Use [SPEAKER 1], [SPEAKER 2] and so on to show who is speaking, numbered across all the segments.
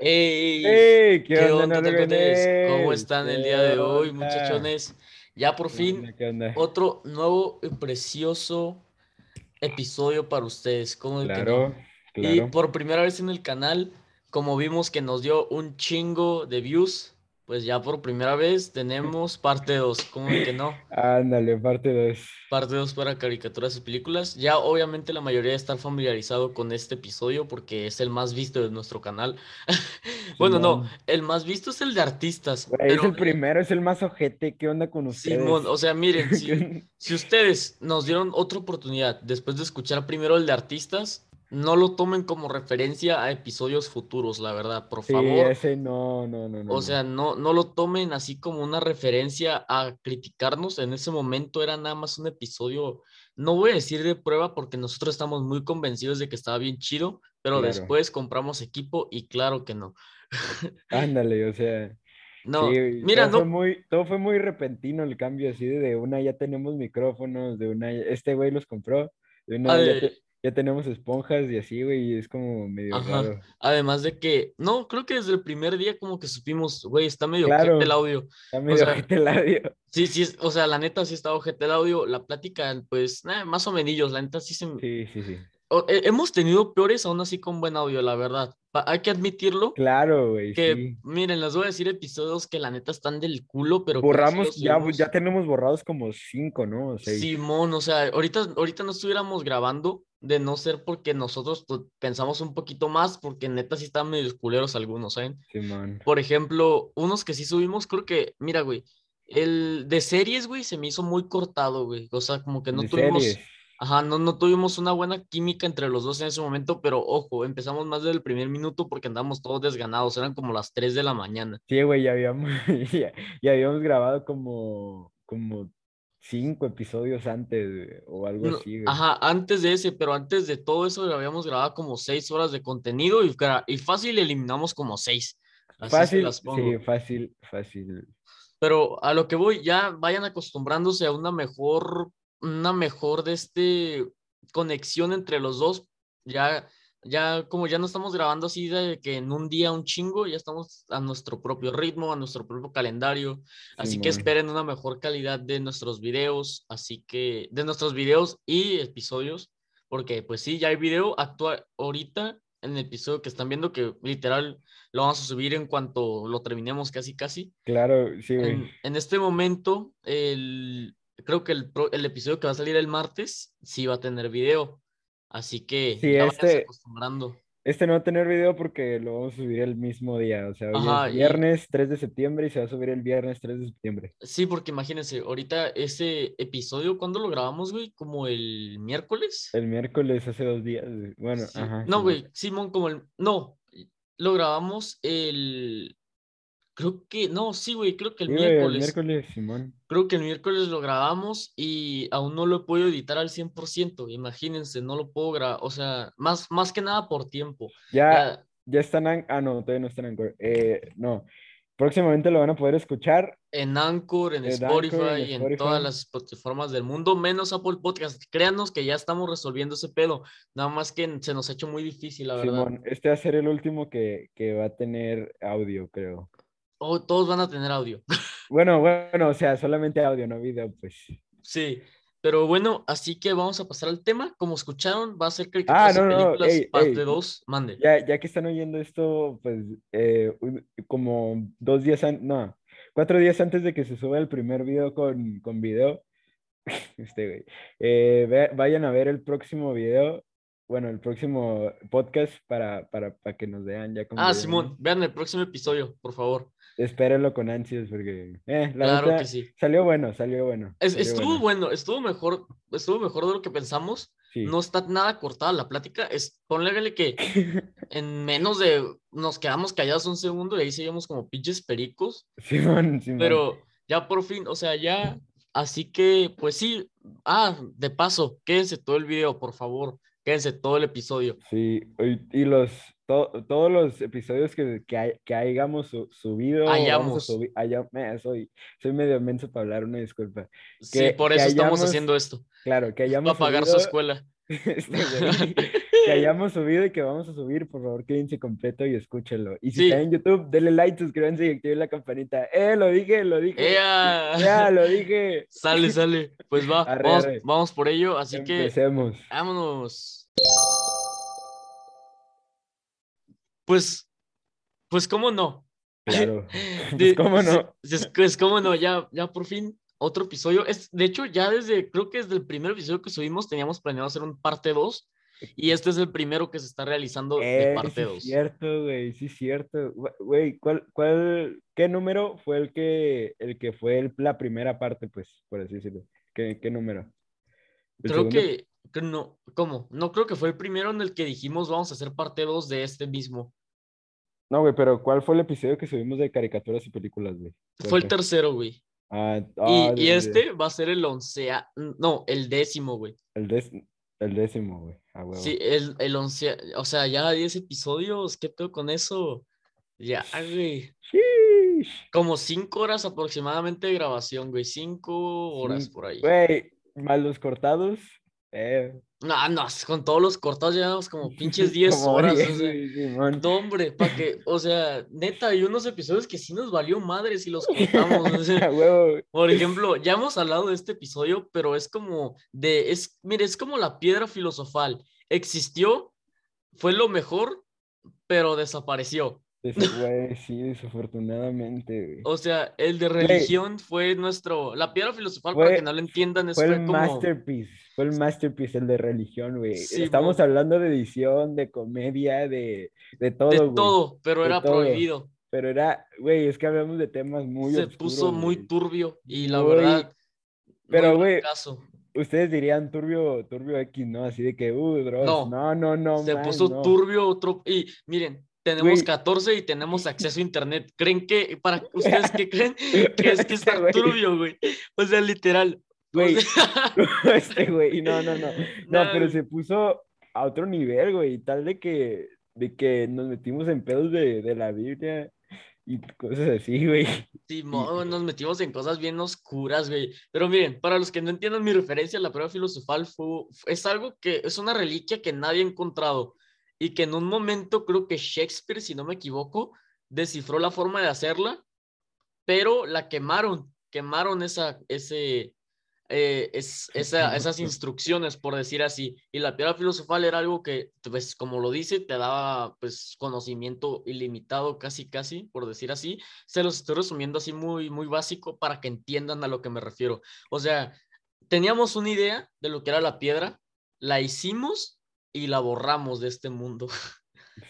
[SPEAKER 1] Hey,
[SPEAKER 2] ¡Ey!
[SPEAKER 1] ¿Qué, onda, Nalgones? ¿Cómo están el día de hoy, muchachones? Ya por fin,
[SPEAKER 2] ¿Qué onda?
[SPEAKER 1] otro nuevo y precioso episodio para ustedes. ¿Cómo de que
[SPEAKER 2] Claro,
[SPEAKER 1] no?
[SPEAKER 2] claro.
[SPEAKER 1] Y por primera vez en el canal, como vimos que nos dio un chingo de views, pues ya por primera vez tenemos parte 2. ¿Cómo de que no?
[SPEAKER 2] Ándale, parte 2.
[SPEAKER 1] Parte 2 para caricaturas y películas. Ya obviamente la mayoría está familiarizado con este episodio porque es el más visto de nuestro canal. bueno, no,
[SPEAKER 2] Simón.
[SPEAKER 1] el más visto es el de artistas.
[SPEAKER 2] Es
[SPEAKER 1] pero-
[SPEAKER 2] el primero, es el más ojete. ¿Qué onda con ustedes?
[SPEAKER 1] Simón, o sea, miren, si, si ustedes nos dieron otra oportunidad después de escuchar primero el de artistas, no lo tomen como referencia a episodios futuros, la verdad, por
[SPEAKER 2] sí,
[SPEAKER 1] favor.
[SPEAKER 2] ese no, no, no, no.
[SPEAKER 1] O sea, no, no lo tomen así como una referencia a criticarnos. En ese momento era nada más un episodio, no voy a decir de prueba porque nosotros estamos muy convencidos de que estaba bien chido, pero
[SPEAKER 2] Claro.
[SPEAKER 1] después compramos equipo y claro que no.
[SPEAKER 2] no. Ándale, o sea.
[SPEAKER 1] No,
[SPEAKER 2] sí,
[SPEAKER 1] mira,
[SPEAKER 2] todo
[SPEAKER 1] no,
[SPEAKER 2] Fue muy, todo fue muy repentino el cambio, así de, de una ya tenemos micrófonos, de una ya- este güey los compró, de una
[SPEAKER 1] ade-
[SPEAKER 2] ya, te- ya tenemos esponjas y así, güey, y es como medio
[SPEAKER 1] Ajá.
[SPEAKER 2] raro.
[SPEAKER 1] además de que, no, creo que desde el primer día como que supimos, güey, está medio
[SPEAKER 2] Claro.
[SPEAKER 1] ojete el audio.
[SPEAKER 2] Está medio
[SPEAKER 1] sea,
[SPEAKER 2] ojete el audio.
[SPEAKER 1] Sí, sí, es- o sea, la neta sí estaba ojete el audio, la plática, pues, nah, más o menos, la neta sí se,
[SPEAKER 2] Sí, sí, sí.
[SPEAKER 1] o- he- Hemos tenido peores aún así con buen audio, la verdad. Pa- hay que admitirlo.
[SPEAKER 2] Claro, güey,
[SPEAKER 1] Que
[SPEAKER 2] sí.
[SPEAKER 1] miren, les voy a decir episodios que la neta están del culo, pero. que sí
[SPEAKER 2] Borramos,
[SPEAKER 1] los
[SPEAKER 2] ya,
[SPEAKER 1] subimos.
[SPEAKER 2] ya tenemos borrados como cinco, ¿no? O seis.
[SPEAKER 1] Simón, o sea, ahorita, ahorita no estuviéramos grabando de no ser porque nosotros pues, pensamos un poquito más, porque neta sí están medio culeros algunos, ¿saben?
[SPEAKER 2] Simón.
[SPEAKER 1] Por ejemplo, unos que sí subimos, creo que, mira, güey, el de series, güey, se me hizo muy cortado, güey. O sea, como que no
[SPEAKER 2] De
[SPEAKER 1] tuvimos.
[SPEAKER 2] series.
[SPEAKER 1] Ajá, no, no tuvimos una buena química entre los dos en ese momento, pero ojo, empezamos más desde el primer minuto porque andamos todos desganados, eran como las 3 de la mañana.
[SPEAKER 2] Sí, güey, ya habíamos, ya, ya habíamos grabado como, como cinco episodios antes, güey, o algo
[SPEAKER 1] No,
[SPEAKER 2] así, güey.
[SPEAKER 1] ajá, antes de ese, pero antes de todo eso habíamos grabado como 6 horas de contenido y, gra- y fácil eliminamos como 6. Así se
[SPEAKER 2] Fácil,
[SPEAKER 1] las pongo.
[SPEAKER 2] sí, fácil, fácil.
[SPEAKER 1] Pero a lo que voy, ya vayan acostumbrándose a una mejor, una mejor de este conexión entre los dos. Ya, ya, como ya no estamos grabando así de que en un día un chingo, ya estamos a nuestro propio ritmo, a nuestro propio calendario. Así que
[SPEAKER 2] Simón.
[SPEAKER 1] esperen una mejor calidad de nuestros videos, así que, de nuestros videos y episodios, porque pues sí, ya hay video actual ahorita en el episodio que están viendo, que literal lo vamos a subir en cuanto lo terminemos casi casi.
[SPEAKER 2] Claro, sí, güey.
[SPEAKER 1] En, en este momento, el, creo que el, pro- el episodio que va a salir el martes sí va a tener video. Así que
[SPEAKER 2] Sí,
[SPEAKER 1] ya váyanse
[SPEAKER 2] este-
[SPEAKER 1] acostumbrando.
[SPEAKER 2] Este no va a tener video porque lo vamos a subir el mismo día, o sea, hoy
[SPEAKER 1] Ajá,
[SPEAKER 2] es
[SPEAKER 1] y-
[SPEAKER 2] viernes 3 de septiembre y se va a subir el viernes 3 de septiembre.
[SPEAKER 1] Sí, porque imagínense, ahorita ese episodio, ¿cuándo lo grabamos, güey? ¿Como el miércoles?
[SPEAKER 2] El miércoles hace dos días, güey. bueno,
[SPEAKER 1] Sí.
[SPEAKER 2] ajá.
[SPEAKER 1] No,
[SPEAKER 2] Simón.
[SPEAKER 1] güey, Simón, como el. No, lo grabamos el. Creo que. No, sí, güey, creo que el
[SPEAKER 2] Sí, güey, el
[SPEAKER 1] miércoles.
[SPEAKER 2] miércoles, Simón.
[SPEAKER 1] Creo que el miércoles lo grabamos y aún no lo puedo editar al 100%, imagínense, no lo puedo grabar, o sea, más, más que nada por tiempo.
[SPEAKER 2] Ya,
[SPEAKER 1] Ya,
[SPEAKER 2] Ya están, an- ah, no, todavía no están en Anchor. Eh, no, próximamente lo van a poder escuchar.
[SPEAKER 1] en Anchor, en
[SPEAKER 2] En
[SPEAKER 1] Spotify
[SPEAKER 2] Anchor, en
[SPEAKER 1] y en todas
[SPEAKER 2] Spotify.
[SPEAKER 1] las plataformas del mundo, menos Apple Podcast. Créanos que ya estamos resolviendo ese pedo, nada más que se nos ha hecho muy difícil, la verdad.
[SPEAKER 2] Simón, este va a ser el último que, que va a tener audio, creo.
[SPEAKER 1] Oh, todos van a tener audio.
[SPEAKER 2] Bueno, bueno, o sea, solamente audio, no video, pues.
[SPEAKER 1] Sí, pero bueno, así que vamos a pasar al tema. Como escucharon, va a ser
[SPEAKER 2] Ah,
[SPEAKER 1] caricaturas
[SPEAKER 2] no,
[SPEAKER 1] y
[SPEAKER 2] no,
[SPEAKER 1] películas
[SPEAKER 2] ey,
[SPEAKER 1] parte
[SPEAKER 2] ey.
[SPEAKER 1] 2, mande.
[SPEAKER 2] Ya, ya que están oyendo esto, pues, eh, un- como dos días, an- no, cuatro días antes de que se suba el primer video con, con video, este, güey, eh, ve- vayan a ver el próximo video, bueno, el próximo podcast para, para, para que nos vean ya como
[SPEAKER 1] Ah, Simón, vean el próximo episodio, por favor.
[SPEAKER 2] Espérenlo con ansias porque eh, la
[SPEAKER 1] Claro
[SPEAKER 2] neta,
[SPEAKER 1] que sí.
[SPEAKER 2] salió bueno, salió bueno.
[SPEAKER 1] Es-
[SPEAKER 2] salió
[SPEAKER 1] estuvo
[SPEAKER 2] bueno,
[SPEAKER 1] bueno, estuvo mejor, estuvo mejor de lo que pensamos.
[SPEAKER 2] sí.
[SPEAKER 1] No está nada cortada la plática. Es, ponle que en menos de nos quedamos callados un segundo y ahí seguimos como pinches pericos.
[SPEAKER 2] Simón, Simón.
[SPEAKER 1] Pero ya por fin, o sea, ya. Así que, pues sí. Ah, de paso, quédense todo el video, por favor. Quédense todo el episodio.
[SPEAKER 2] Sí, y, y los to- todos los episodios que, que, hay- que hayamos su- subido,
[SPEAKER 1] Hayamos.
[SPEAKER 2] vamos a subir, haya- eh, soy, soy medio menso para hablar, una disculpa.
[SPEAKER 1] Sí,
[SPEAKER 2] Que-
[SPEAKER 1] por
[SPEAKER 2] que
[SPEAKER 1] eso estamos
[SPEAKER 2] hayamos-
[SPEAKER 1] haciendo esto.
[SPEAKER 2] Claro,
[SPEAKER 1] Para
[SPEAKER 2] que hayamos
[SPEAKER 1] pagar su
[SPEAKER 2] subido-
[SPEAKER 1] escuela.
[SPEAKER 2] este, güey, que hayamos subido y que vamos a subir, por favor, quédense completo y escúchenlo. Y si
[SPEAKER 1] Sí.
[SPEAKER 2] están en YouTube, denle like, suscríbanse y activen la campanita. ¡Eh, lo dije, lo dije!
[SPEAKER 1] ¡Ea!
[SPEAKER 2] ¡Ya, lo dije!
[SPEAKER 1] Sale, sale. Pues va,
[SPEAKER 2] Arre,
[SPEAKER 1] vamos,
[SPEAKER 2] arre.
[SPEAKER 1] vamos por ello. Así que Ah,
[SPEAKER 2] Empecemos.
[SPEAKER 1] Vámonos. Pues, pues cómo no.
[SPEAKER 2] Claro.
[SPEAKER 1] De-
[SPEAKER 2] Pues, ¿Cómo no?
[SPEAKER 1] Es, es cómo no, ya, ya por fin otro episodio. Es, de hecho, ya desde, creo que desde el primer episodio que subimos teníamos planeado hacer un parte 2 y este es el primero que se está realizando de
[SPEAKER 2] Eh, sí
[SPEAKER 1] parte 2.
[SPEAKER 2] es cierierto, güey, sí es cierto. Gua- Güey, ¿cuál, cuál, qué número fue el que, el que fue el- la primera parte, pues, por así decirlo? ¿Qué, qué número? ¿El
[SPEAKER 1] Creo
[SPEAKER 2] segundo?
[SPEAKER 1] que, que no, ¿cómo? No creo que fue el primero en el que dijimos vamos a hacer parte 2 de este mismo.
[SPEAKER 2] No, güey, pero ¿cuál fue el episodio que subimos de caricaturas y películas, güey? ¿Cuál
[SPEAKER 1] Fue el tercero, güey.
[SPEAKER 2] Ah, ah,
[SPEAKER 1] Y, y
[SPEAKER 2] de-
[SPEAKER 1] este va a ser el oncea, no, el décimo, güey.
[SPEAKER 2] El, des- el décimo, güey. Ah, huevo.
[SPEAKER 1] Sí, el, el 11, o sea, ya 10 episodios, ¿qué pedo con eso? Ya, güey.
[SPEAKER 2] Sheesh.
[SPEAKER 1] Como 5 horas aproximadamente de grabación, güey. 5 horas
[SPEAKER 2] Sí,
[SPEAKER 1] por ahí.
[SPEAKER 2] Güey, más los cortados. Eh,
[SPEAKER 1] No, no, con todos los cortados llevamos como pinches 10
[SPEAKER 2] como
[SPEAKER 1] horas. o
[SPEAKER 2] 10,
[SPEAKER 1] sea,
[SPEAKER 2] güey, Simón.
[SPEAKER 1] no, hombre, para que, o sea, neta, hay unos episodios que sí nos valió madre si los cortamos. o sea,
[SPEAKER 2] Ah, huevo, güey.
[SPEAKER 1] por ejemplo, ya hemos hablado de este episodio, pero es como de, es, mire, es como la piedra filosofal. Existió, fue lo mejor, pero desapareció.
[SPEAKER 2] Des- güey, sí, desafortunadamente, güey.
[SPEAKER 1] O sea, el de
[SPEAKER 2] Güey.
[SPEAKER 1] religión fue nuestro. La piedra filosofal, para
[SPEAKER 2] Fue-
[SPEAKER 1] que no lo entiendan, es
[SPEAKER 2] Fue
[SPEAKER 1] fue
[SPEAKER 2] el
[SPEAKER 1] como.
[SPEAKER 2] masterpiece, fue el masterpiece, el de religión, güey.
[SPEAKER 1] Sí,
[SPEAKER 2] Estamos
[SPEAKER 1] mo-
[SPEAKER 2] hablando de edición, de comedia, de, de todo,
[SPEAKER 1] de
[SPEAKER 2] güey.
[SPEAKER 1] todo, pero
[SPEAKER 2] de
[SPEAKER 1] era
[SPEAKER 2] todo.
[SPEAKER 1] prohibido.
[SPEAKER 2] Pero era, güey, es que hablamos de temas muy
[SPEAKER 1] Se
[SPEAKER 2] oscuros,
[SPEAKER 1] puso muy
[SPEAKER 2] güey.
[SPEAKER 1] turbio y la
[SPEAKER 2] Muy-
[SPEAKER 1] verdad.
[SPEAKER 2] pero,
[SPEAKER 1] muy buen
[SPEAKER 2] güey,
[SPEAKER 1] caso.
[SPEAKER 2] Ustedes dirían turbio, turbio X, ¿no? Así de que, uh, Dross,
[SPEAKER 1] No.
[SPEAKER 2] no, no, no,
[SPEAKER 1] Se
[SPEAKER 2] man,
[SPEAKER 1] puso
[SPEAKER 2] no.
[SPEAKER 1] turbio otro. Y miren, tenemos
[SPEAKER 2] Güey.
[SPEAKER 1] 14 y tenemos acceso a internet. ¿Creen que. para ¿Ustedes qué creen? Que es que
[SPEAKER 2] Este
[SPEAKER 1] está
[SPEAKER 2] güey,
[SPEAKER 1] turbio, güey. O sea, literal. o
[SPEAKER 2] Güey,
[SPEAKER 1] sea,
[SPEAKER 2] este güey, no, no, no. No,
[SPEAKER 1] nah,
[SPEAKER 2] pero
[SPEAKER 1] güey.
[SPEAKER 2] se puso a otro nivel, güey, tal de que, de que nos metimos en pedos de, de la Biblia y cosas así, güey.
[SPEAKER 1] Simón, nos metimos en cosas bien oscuras, güey. Pero miren, para los que no entiendan mi referencia, la prueba filosofal fue, es algo que es una reliquia que nadie ha encontrado y que en un momento creo que Shakespeare, si no me equivoco, descifró la forma de hacerla, pero la quemaron, quemaron esa, ese, eh, es- esa- esas instrucciones, por decir así. Y la piedra filosofal era algo que, pues, como lo dice, te daba pues, conocimiento ilimitado, casi, casi, por decir así se los estoy resumiendo así muy, muy básico para que entiendan a lo que me refiero. O sea, teníamos una idea de lo que era la piedra, la hicimos y la borramos de este mundo.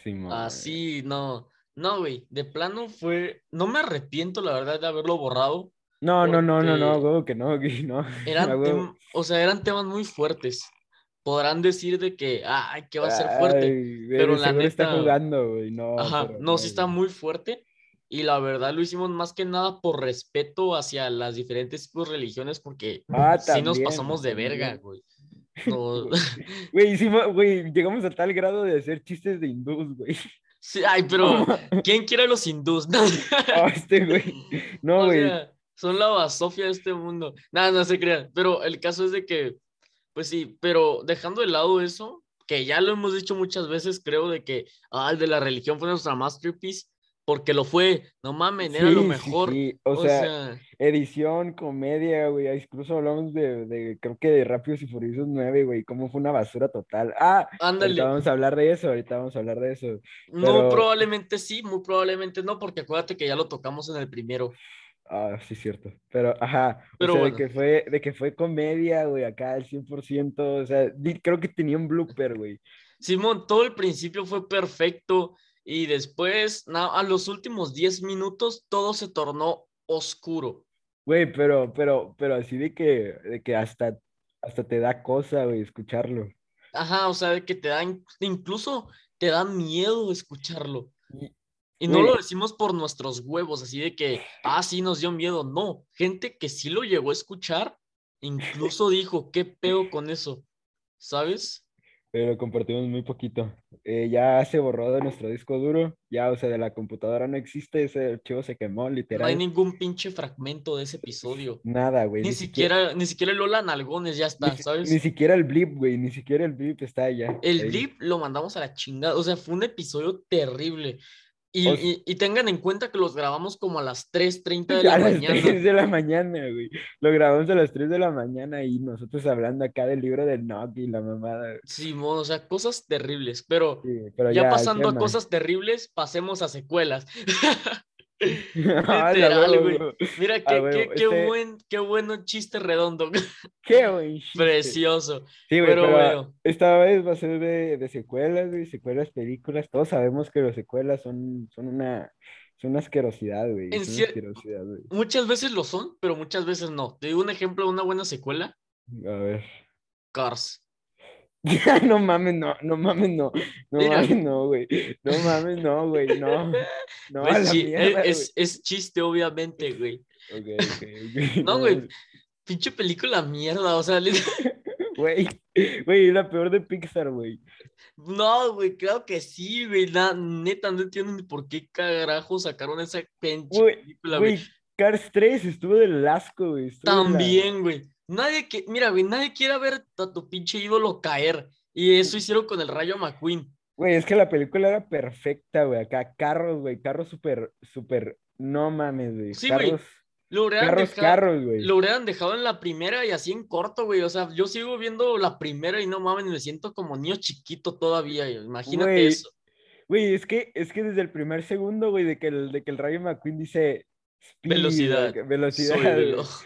[SPEAKER 2] Simón, güey.
[SPEAKER 1] Así, Ah, no, no, güey, de plano fue, no me arrepiento la verdad de haberlo borrado.
[SPEAKER 2] No, no, no, no, no,
[SPEAKER 1] porque-
[SPEAKER 2] huevo que no, güey, no.
[SPEAKER 1] Eran,
[SPEAKER 2] a huevo.
[SPEAKER 1] tem- o sea, eran temas muy fuertes. Podrán decir de que, ay, que va a ser fuerte.
[SPEAKER 2] Ay, güey,
[SPEAKER 1] pero
[SPEAKER 2] de
[SPEAKER 1] la
[SPEAKER 2] seguro está
[SPEAKER 1] neta-
[SPEAKER 2] jugando, güey, no.
[SPEAKER 1] Ajá,
[SPEAKER 2] pero
[SPEAKER 1] no, sí está
[SPEAKER 2] güey.
[SPEAKER 1] muy fuerte. Y la verdad lo hicimos más que nada por respeto hacia las diferentes pues, religiones, porque
[SPEAKER 2] Ah,
[SPEAKER 1] sí nos
[SPEAKER 2] también,
[SPEAKER 1] pasamos de verga,
[SPEAKER 2] también.
[SPEAKER 1] güey. No,
[SPEAKER 2] Güey, hicimos, güey, llegamos a tal grado de hacer chistes de hindús, güey.
[SPEAKER 1] sí, ay, pero ¿quién quiere a los hindús? No,
[SPEAKER 2] Ah, este güey. No,
[SPEAKER 1] o
[SPEAKER 2] güey.
[SPEAKER 1] sea, son la basofia de este mundo. Nada, no se crean. Pero el caso es de que, pues sí, pero dejando de lado eso, que ya lo hemos dicho muchas veces, creo, de que, ah, el de la religión fue nuestra masterpiece, porque lo fue. No mames, era lo
[SPEAKER 2] Sí, sí,
[SPEAKER 1] mejor.
[SPEAKER 2] sí, O, sea, edición, comedia, güey. Incluso hablamos de, de- creo que de Rápidos y Furiosos 9, güey. Cómo fue una basura total. Ah,
[SPEAKER 1] ándale.
[SPEAKER 2] ahorita vamos a hablar de eso, ahorita vamos a hablar de eso.
[SPEAKER 1] No,
[SPEAKER 2] Pero-
[SPEAKER 1] probablemente sí, muy probablemente no, porque acuérdate que ya lo tocamos en el primero.
[SPEAKER 2] Ah, sí, cierto. Pero, ajá, o
[SPEAKER 1] Pero
[SPEAKER 2] sea,
[SPEAKER 1] bueno.
[SPEAKER 2] de, que fue, de que fue comedia, güey, acá al 100%, o sea, di- creo que tenía un blooper, güey.
[SPEAKER 1] Simón, todo el principio fue perfecto y después, na- a los últimos 10 minutos, todo se tornó oscuro.
[SPEAKER 2] Güey, pero, pero, pero así de que, de que hasta, hasta te da cosa, güey, escucharlo.
[SPEAKER 1] Ajá, o sea, de que te dan, incluso te da miedo escucharlo.
[SPEAKER 2] Y-
[SPEAKER 1] Y no lo
[SPEAKER 2] güey.
[SPEAKER 1] decimos por nuestros huevos, así de que, ah, sí, nos dio miedo. No, gente que sí lo llegó a escuchar, incluso dijo, ¿qué pedo con eso? ¿Sabes?
[SPEAKER 2] Pero compartimos muy poquito. Eh, ya se borró de nuestro disco duro. Ya, o sea, de la computadora no existe. Ese archivo se quemó,
[SPEAKER 1] No hay
[SPEAKER 2] literal.
[SPEAKER 1] ningún pinche fragmento de ese episodio.
[SPEAKER 2] Nada, güey.
[SPEAKER 1] Ni siquiera, ni siquiera el Lola Nalgones ya está,
[SPEAKER 2] ni-
[SPEAKER 1] ¿sabes?
[SPEAKER 2] Ni siquiera el blip, güey. Ni siquiera el blip está allá.
[SPEAKER 1] El
[SPEAKER 2] Ahí.
[SPEAKER 1] blip lo mandamos a la chingada. O sea, fue un episodio terrible. Y,
[SPEAKER 2] O-
[SPEAKER 1] y- y tengan en cuenta que los grabamos como a las 3.30 de la
[SPEAKER 2] A las
[SPEAKER 1] mañana.
[SPEAKER 2] 3 de la mañana, güey. Lo grabamos a las 3 de la mañana y nosotros hablando acá del libro de Nock y la mamada. güey.
[SPEAKER 1] Simón, o sea, cosas terribles. Pero
[SPEAKER 2] Sí, güey, pero
[SPEAKER 1] ya,
[SPEAKER 2] ya,
[SPEAKER 1] pasando a
[SPEAKER 2] quema.
[SPEAKER 1] cosas terribles, pasemos a secuelas.
[SPEAKER 2] Ah, la
[SPEAKER 1] literal,
[SPEAKER 2] huevo,
[SPEAKER 1] güey.
[SPEAKER 2] huevo.
[SPEAKER 1] Mira,
[SPEAKER 2] Ah,
[SPEAKER 1] qué,
[SPEAKER 2] bueno,
[SPEAKER 1] qué, qué
[SPEAKER 2] este-
[SPEAKER 1] buen, qué bueno chiste redondo.
[SPEAKER 2] Qué buen chiste.
[SPEAKER 1] Precioso.
[SPEAKER 2] Sí, güey,
[SPEAKER 1] Pero
[SPEAKER 2] pero
[SPEAKER 1] bueno,
[SPEAKER 2] esta vez va a ser de, de secuelas, güey, secuelas, películas. Todos sabemos que las secuelas son, son una, son una asquerosidad, güey.
[SPEAKER 1] En
[SPEAKER 2] son
[SPEAKER 1] cier-
[SPEAKER 2] una asquerosidad, güey.
[SPEAKER 1] muchas veces lo son, pero muchas veces no. Te digo un ejemplo de una buena secuela.
[SPEAKER 2] A ver.
[SPEAKER 1] Cars.
[SPEAKER 2] no mames, no, no mames, no. No
[SPEAKER 1] Mira.
[SPEAKER 2] mames, no, güey. No mames, no, güey. No. No, a
[SPEAKER 1] Es
[SPEAKER 2] la
[SPEAKER 1] chi-
[SPEAKER 2] mierda,
[SPEAKER 1] Pues e, es- es chiste, obviamente, güey.
[SPEAKER 2] güey. Ok, ok, ok,
[SPEAKER 1] No, güey. Pinche película mierda, o sea, lit-
[SPEAKER 2] Güey, güey, es la peor de Pixar, güey.
[SPEAKER 1] no, güey, claro que sí, güey, la neta, no entiendo ni por qué carajo sacaron esa pinche
[SPEAKER 2] Güey,
[SPEAKER 1] película, güey.
[SPEAKER 2] Güey, Cars 3 estuvo del asco, güey. estuvo de la-
[SPEAKER 1] También, güey, nadie que, mira, güey, nadie quiere ver a tu pinche ídolo caer, y eso hicieron con el Rayo McQueen.
[SPEAKER 2] Güey, es que la película era perfecta, güey. Acá carros, güey, carros súper, súper, no mames, güey.
[SPEAKER 1] Sí, güey,
[SPEAKER 2] carros,
[SPEAKER 1] Lo hubieran,
[SPEAKER 2] carros,
[SPEAKER 1] dejado,
[SPEAKER 2] carros, güey.
[SPEAKER 1] lo hubieran dejado en la primera y así en corto, güey, o sea, yo sigo viendo la primera y no mames, me siento como niño chiquito todavía, imagínate
[SPEAKER 2] Güey.
[SPEAKER 1] eso.
[SPEAKER 2] Güey, es que, es que desde el primer segundo, güey, de que el, de que el Rayo McQueen dice speed,
[SPEAKER 1] Velocidad.
[SPEAKER 2] acá, velocidad,
[SPEAKER 1] Soy
[SPEAKER 2] güey,
[SPEAKER 1] veloz.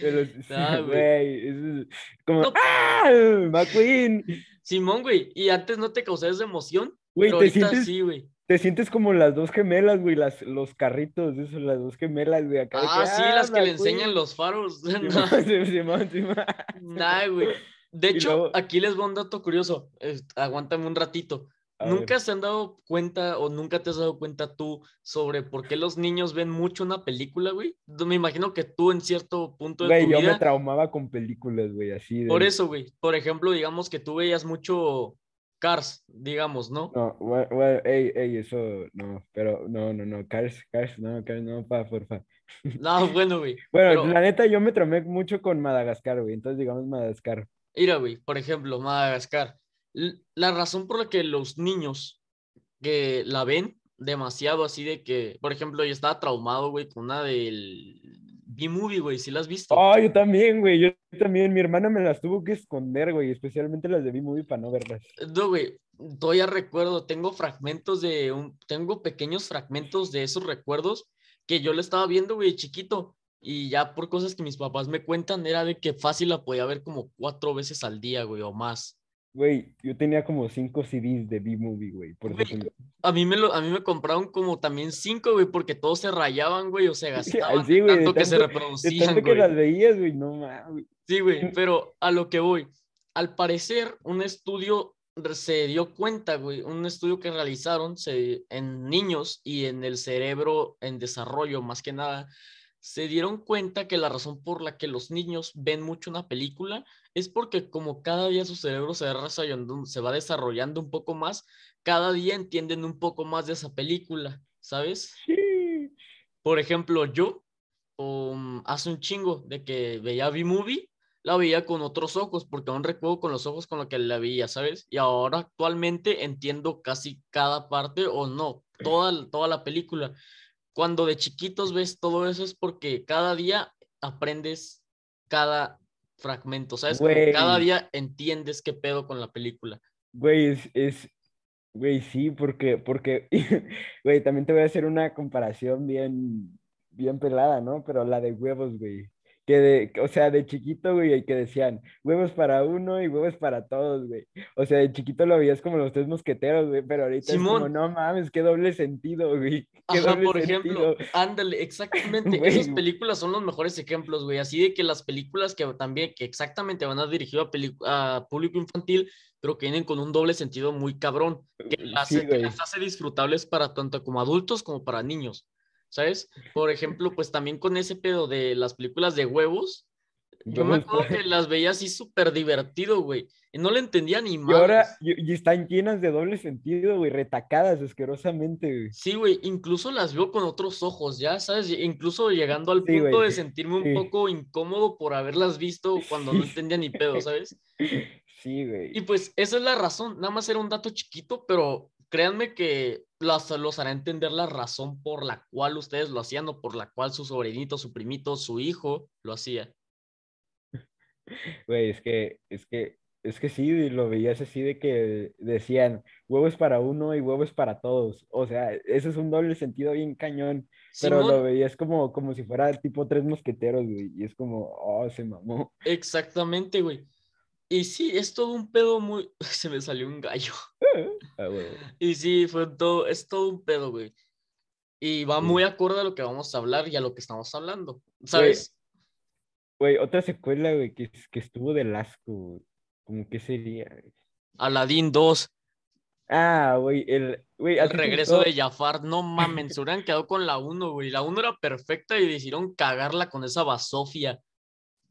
[SPEAKER 2] veloci-
[SPEAKER 1] Ah, güey.
[SPEAKER 2] güey, eso es como,
[SPEAKER 1] No.
[SPEAKER 2] ¡ah! McQueen,
[SPEAKER 1] Simón, güey, ¿y antes no te causaba esa emoción?
[SPEAKER 2] güey,
[SPEAKER 1] Pero
[SPEAKER 2] te
[SPEAKER 1] ahorita
[SPEAKER 2] sientes,
[SPEAKER 1] sí, güey.
[SPEAKER 2] te sientes como las dos gemelas, güey, las, los carritos, eso, las dos gemelas, güey, acá de
[SPEAKER 1] Ah, sí, las que le enseñan
[SPEAKER 2] McQueen".
[SPEAKER 1] los faros.
[SPEAKER 2] Simón, Simón, Simón, Simón.
[SPEAKER 1] Nah, güey. De
[SPEAKER 2] Y
[SPEAKER 1] hecho,
[SPEAKER 2] luego-
[SPEAKER 1] aquí les va un dato curioso. Eh, aguántame un ratito.
[SPEAKER 2] A ver.
[SPEAKER 1] ¿Nunca se han dado cuenta o nunca te has dado cuenta tú sobre por qué los niños ven mucho una película, güey? No, Me imagino que tú en cierto punto de
[SPEAKER 2] Güey,
[SPEAKER 1] tu
[SPEAKER 2] yo me
[SPEAKER 1] vida...
[SPEAKER 2] traumaba con películas, güey, así de...
[SPEAKER 1] Por eso, güey. Por ejemplo, digamos que tú veías mucho Cars, digamos, ¿no?
[SPEAKER 2] No, bueno, bueno, ey, ey, eso, no, pero, no, no, no, Cars, Cars, no, Cars, no, pa, porfa.
[SPEAKER 1] No, Ah, bueno, güey.
[SPEAKER 2] Bueno,
[SPEAKER 1] Pero-
[SPEAKER 2] la neta, yo me traumé mucho con Madagascar, güey, entonces digamos Madagascar.
[SPEAKER 1] Mira, güey, por ejemplo, Madagascar. L- La razón por la que los niños que la ven demasiado así de que, por ejemplo, yo estaba traumado, güey, con una del B-Movie, güey, si la has visto.
[SPEAKER 2] Oh, yo también, güey, yo también, mi hermana me las tuvo que esconder, güey, especialmente las de B-Movie para no verlas.
[SPEAKER 1] No, güey, todavía recuerdo, tengo fragmentos de un, tengo pequeños fragmentos de esos recuerdos que yo la estaba viendo, güey, de chiquito. Y ya por cosas que mis papás me cuentan, era de que fácil la podía ver como cuatro veces al día, güey, o más.
[SPEAKER 2] Güey, yo tenía como cinco CDs de B-Movie, güey, por
[SPEAKER 1] Güey,
[SPEAKER 2] eso...
[SPEAKER 1] A mí, me lo, a mí me compraron como también cinco, güey, porque todos se rayaban, güey, o se gastaban
[SPEAKER 2] sí,
[SPEAKER 1] de
[SPEAKER 2] güey, de
[SPEAKER 1] tanto que se
[SPEAKER 2] tanto- de
[SPEAKER 1] reproducían,
[SPEAKER 2] tanto que
[SPEAKER 1] güey.
[SPEAKER 2] las veías, güey, no mames.
[SPEAKER 1] Sí, güey, pero a lo que voy. Al parecer, un estudio re- se dio cuenta, güey, un estudio que realizaron se- en niños y en el cerebro en desarrollo, más que nada, se dieron cuenta que la razón por la que los niños ven mucho una película es porque como cada día su cerebro se va desarrollando, se va desarrollando un poco más, cada día entienden un poco más de esa película, ¿sabes?
[SPEAKER 2] Sí.
[SPEAKER 1] Por ejemplo, yo um, hace un chingo de que veía B-Movie, la veía con otros ojos, porque aún recuerdo con los ojos con los que la veía, ¿sabes? Y ahora actualmente entiendo casi cada parte o no, toda, toda la película. Cuando de chiquitos ves todo eso es porque cada día aprendes cada fragmento, ¿sabes? Como
[SPEAKER 2] Güey.
[SPEAKER 1] cada día entiendes qué pedo con la película.
[SPEAKER 2] Güey, es, es, güey, sí, porque, porque, güey, también te voy a hacer una comparación bien, bien pelada, ¿no? Pero la de huevos, güey. Que de, o sea, de chiquito, güey, que decían huevos para uno y huevos para todos, güey. O sea, de chiquito lo veías como los tres mosqueteros, güey, pero ahorita es como,
[SPEAKER 1] Simón.
[SPEAKER 2] no mames, qué doble sentido, güey. Qué
[SPEAKER 1] Ajá,
[SPEAKER 2] doble
[SPEAKER 1] por ejemplo,
[SPEAKER 2] sentido.
[SPEAKER 1] ándale, exactamente.
[SPEAKER 2] Güey,
[SPEAKER 1] Esas
[SPEAKER 2] güey.
[SPEAKER 1] películas son los mejores ejemplos, güey. Así de que las películas que también, que exactamente van a dirigir a, peli- a público infantil, pero que vienen con un doble sentido muy cabrón, que las,
[SPEAKER 2] Sí,
[SPEAKER 1] hace- que
[SPEAKER 2] güey.
[SPEAKER 1] las hace disfrutables para tanto como adultos como para niños, ¿sabes? Por ejemplo, pues también con ese pedo de las películas de huevos, Yo me acuerdo que las veía así súper divertido, güey. Y no le entendía ni
[SPEAKER 2] Y
[SPEAKER 1] más.
[SPEAKER 2] ahora y, y están llenas de doble sentido, güey, retacadas asquerosamente, güey.
[SPEAKER 1] Sí, güey, incluso las veo con otros ojos, ya sabes, incluso llegando al
[SPEAKER 2] Sí,
[SPEAKER 1] punto
[SPEAKER 2] güey,
[SPEAKER 1] de sentirme un
[SPEAKER 2] sí.
[SPEAKER 1] poco incómodo por haberlas visto cuando no
[SPEAKER 2] Sí.
[SPEAKER 1] entendía ni pedo, ¿sabes?
[SPEAKER 2] Sí, güey.
[SPEAKER 1] Y pues esa es la razón, nada más era un dato chiquito, pero créanme que las, los hará entender la razón por la cual ustedes lo hacían o por la cual su sobrinito, su primito, su hijo lo hacía.
[SPEAKER 2] Güey, es que, es que, es que sí, y lo veías así de que decían huevos para uno y huevos para todos. O sea, eso es un doble sentido bien cañón, pero
[SPEAKER 1] Simón,
[SPEAKER 2] lo veías como, como si fuera tipo tres mosqueteros, güey, y es como, oh, se mamó.
[SPEAKER 1] exactamente, güey. Y sí, es todo un pedo muy... Se me salió un gallo.
[SPEAKER 2] Ah, güey.
[SPEAKER 1] Y sí, fue todo, es todo un pedo, güey. Y va
[SPEAKER 2] Sí.
[SPEAKER 1] muy acorde a lo que vamos a hablar y a lo que estamos hablando, ¿sabes?
[SPEAKER 2] Güey, otra secuela, güey, que, es- que estuvo del asco, güey. Como que sería, güey?
[SPEAKER 1] Aladdin 2,
[SPEAKER 2] Ah, güey, el, güey, ¿a
[SPEAKER 1] el
[SPEAKER 2] ti te
[SPEAKER 1] regreso
[SPEAKER 2] gustó?
[SPEAKER 1] de Jafar, no mamen, se hubieran quedado con la 1, güey. La 1 era perfecta y decidieron cagarla con esa basofia.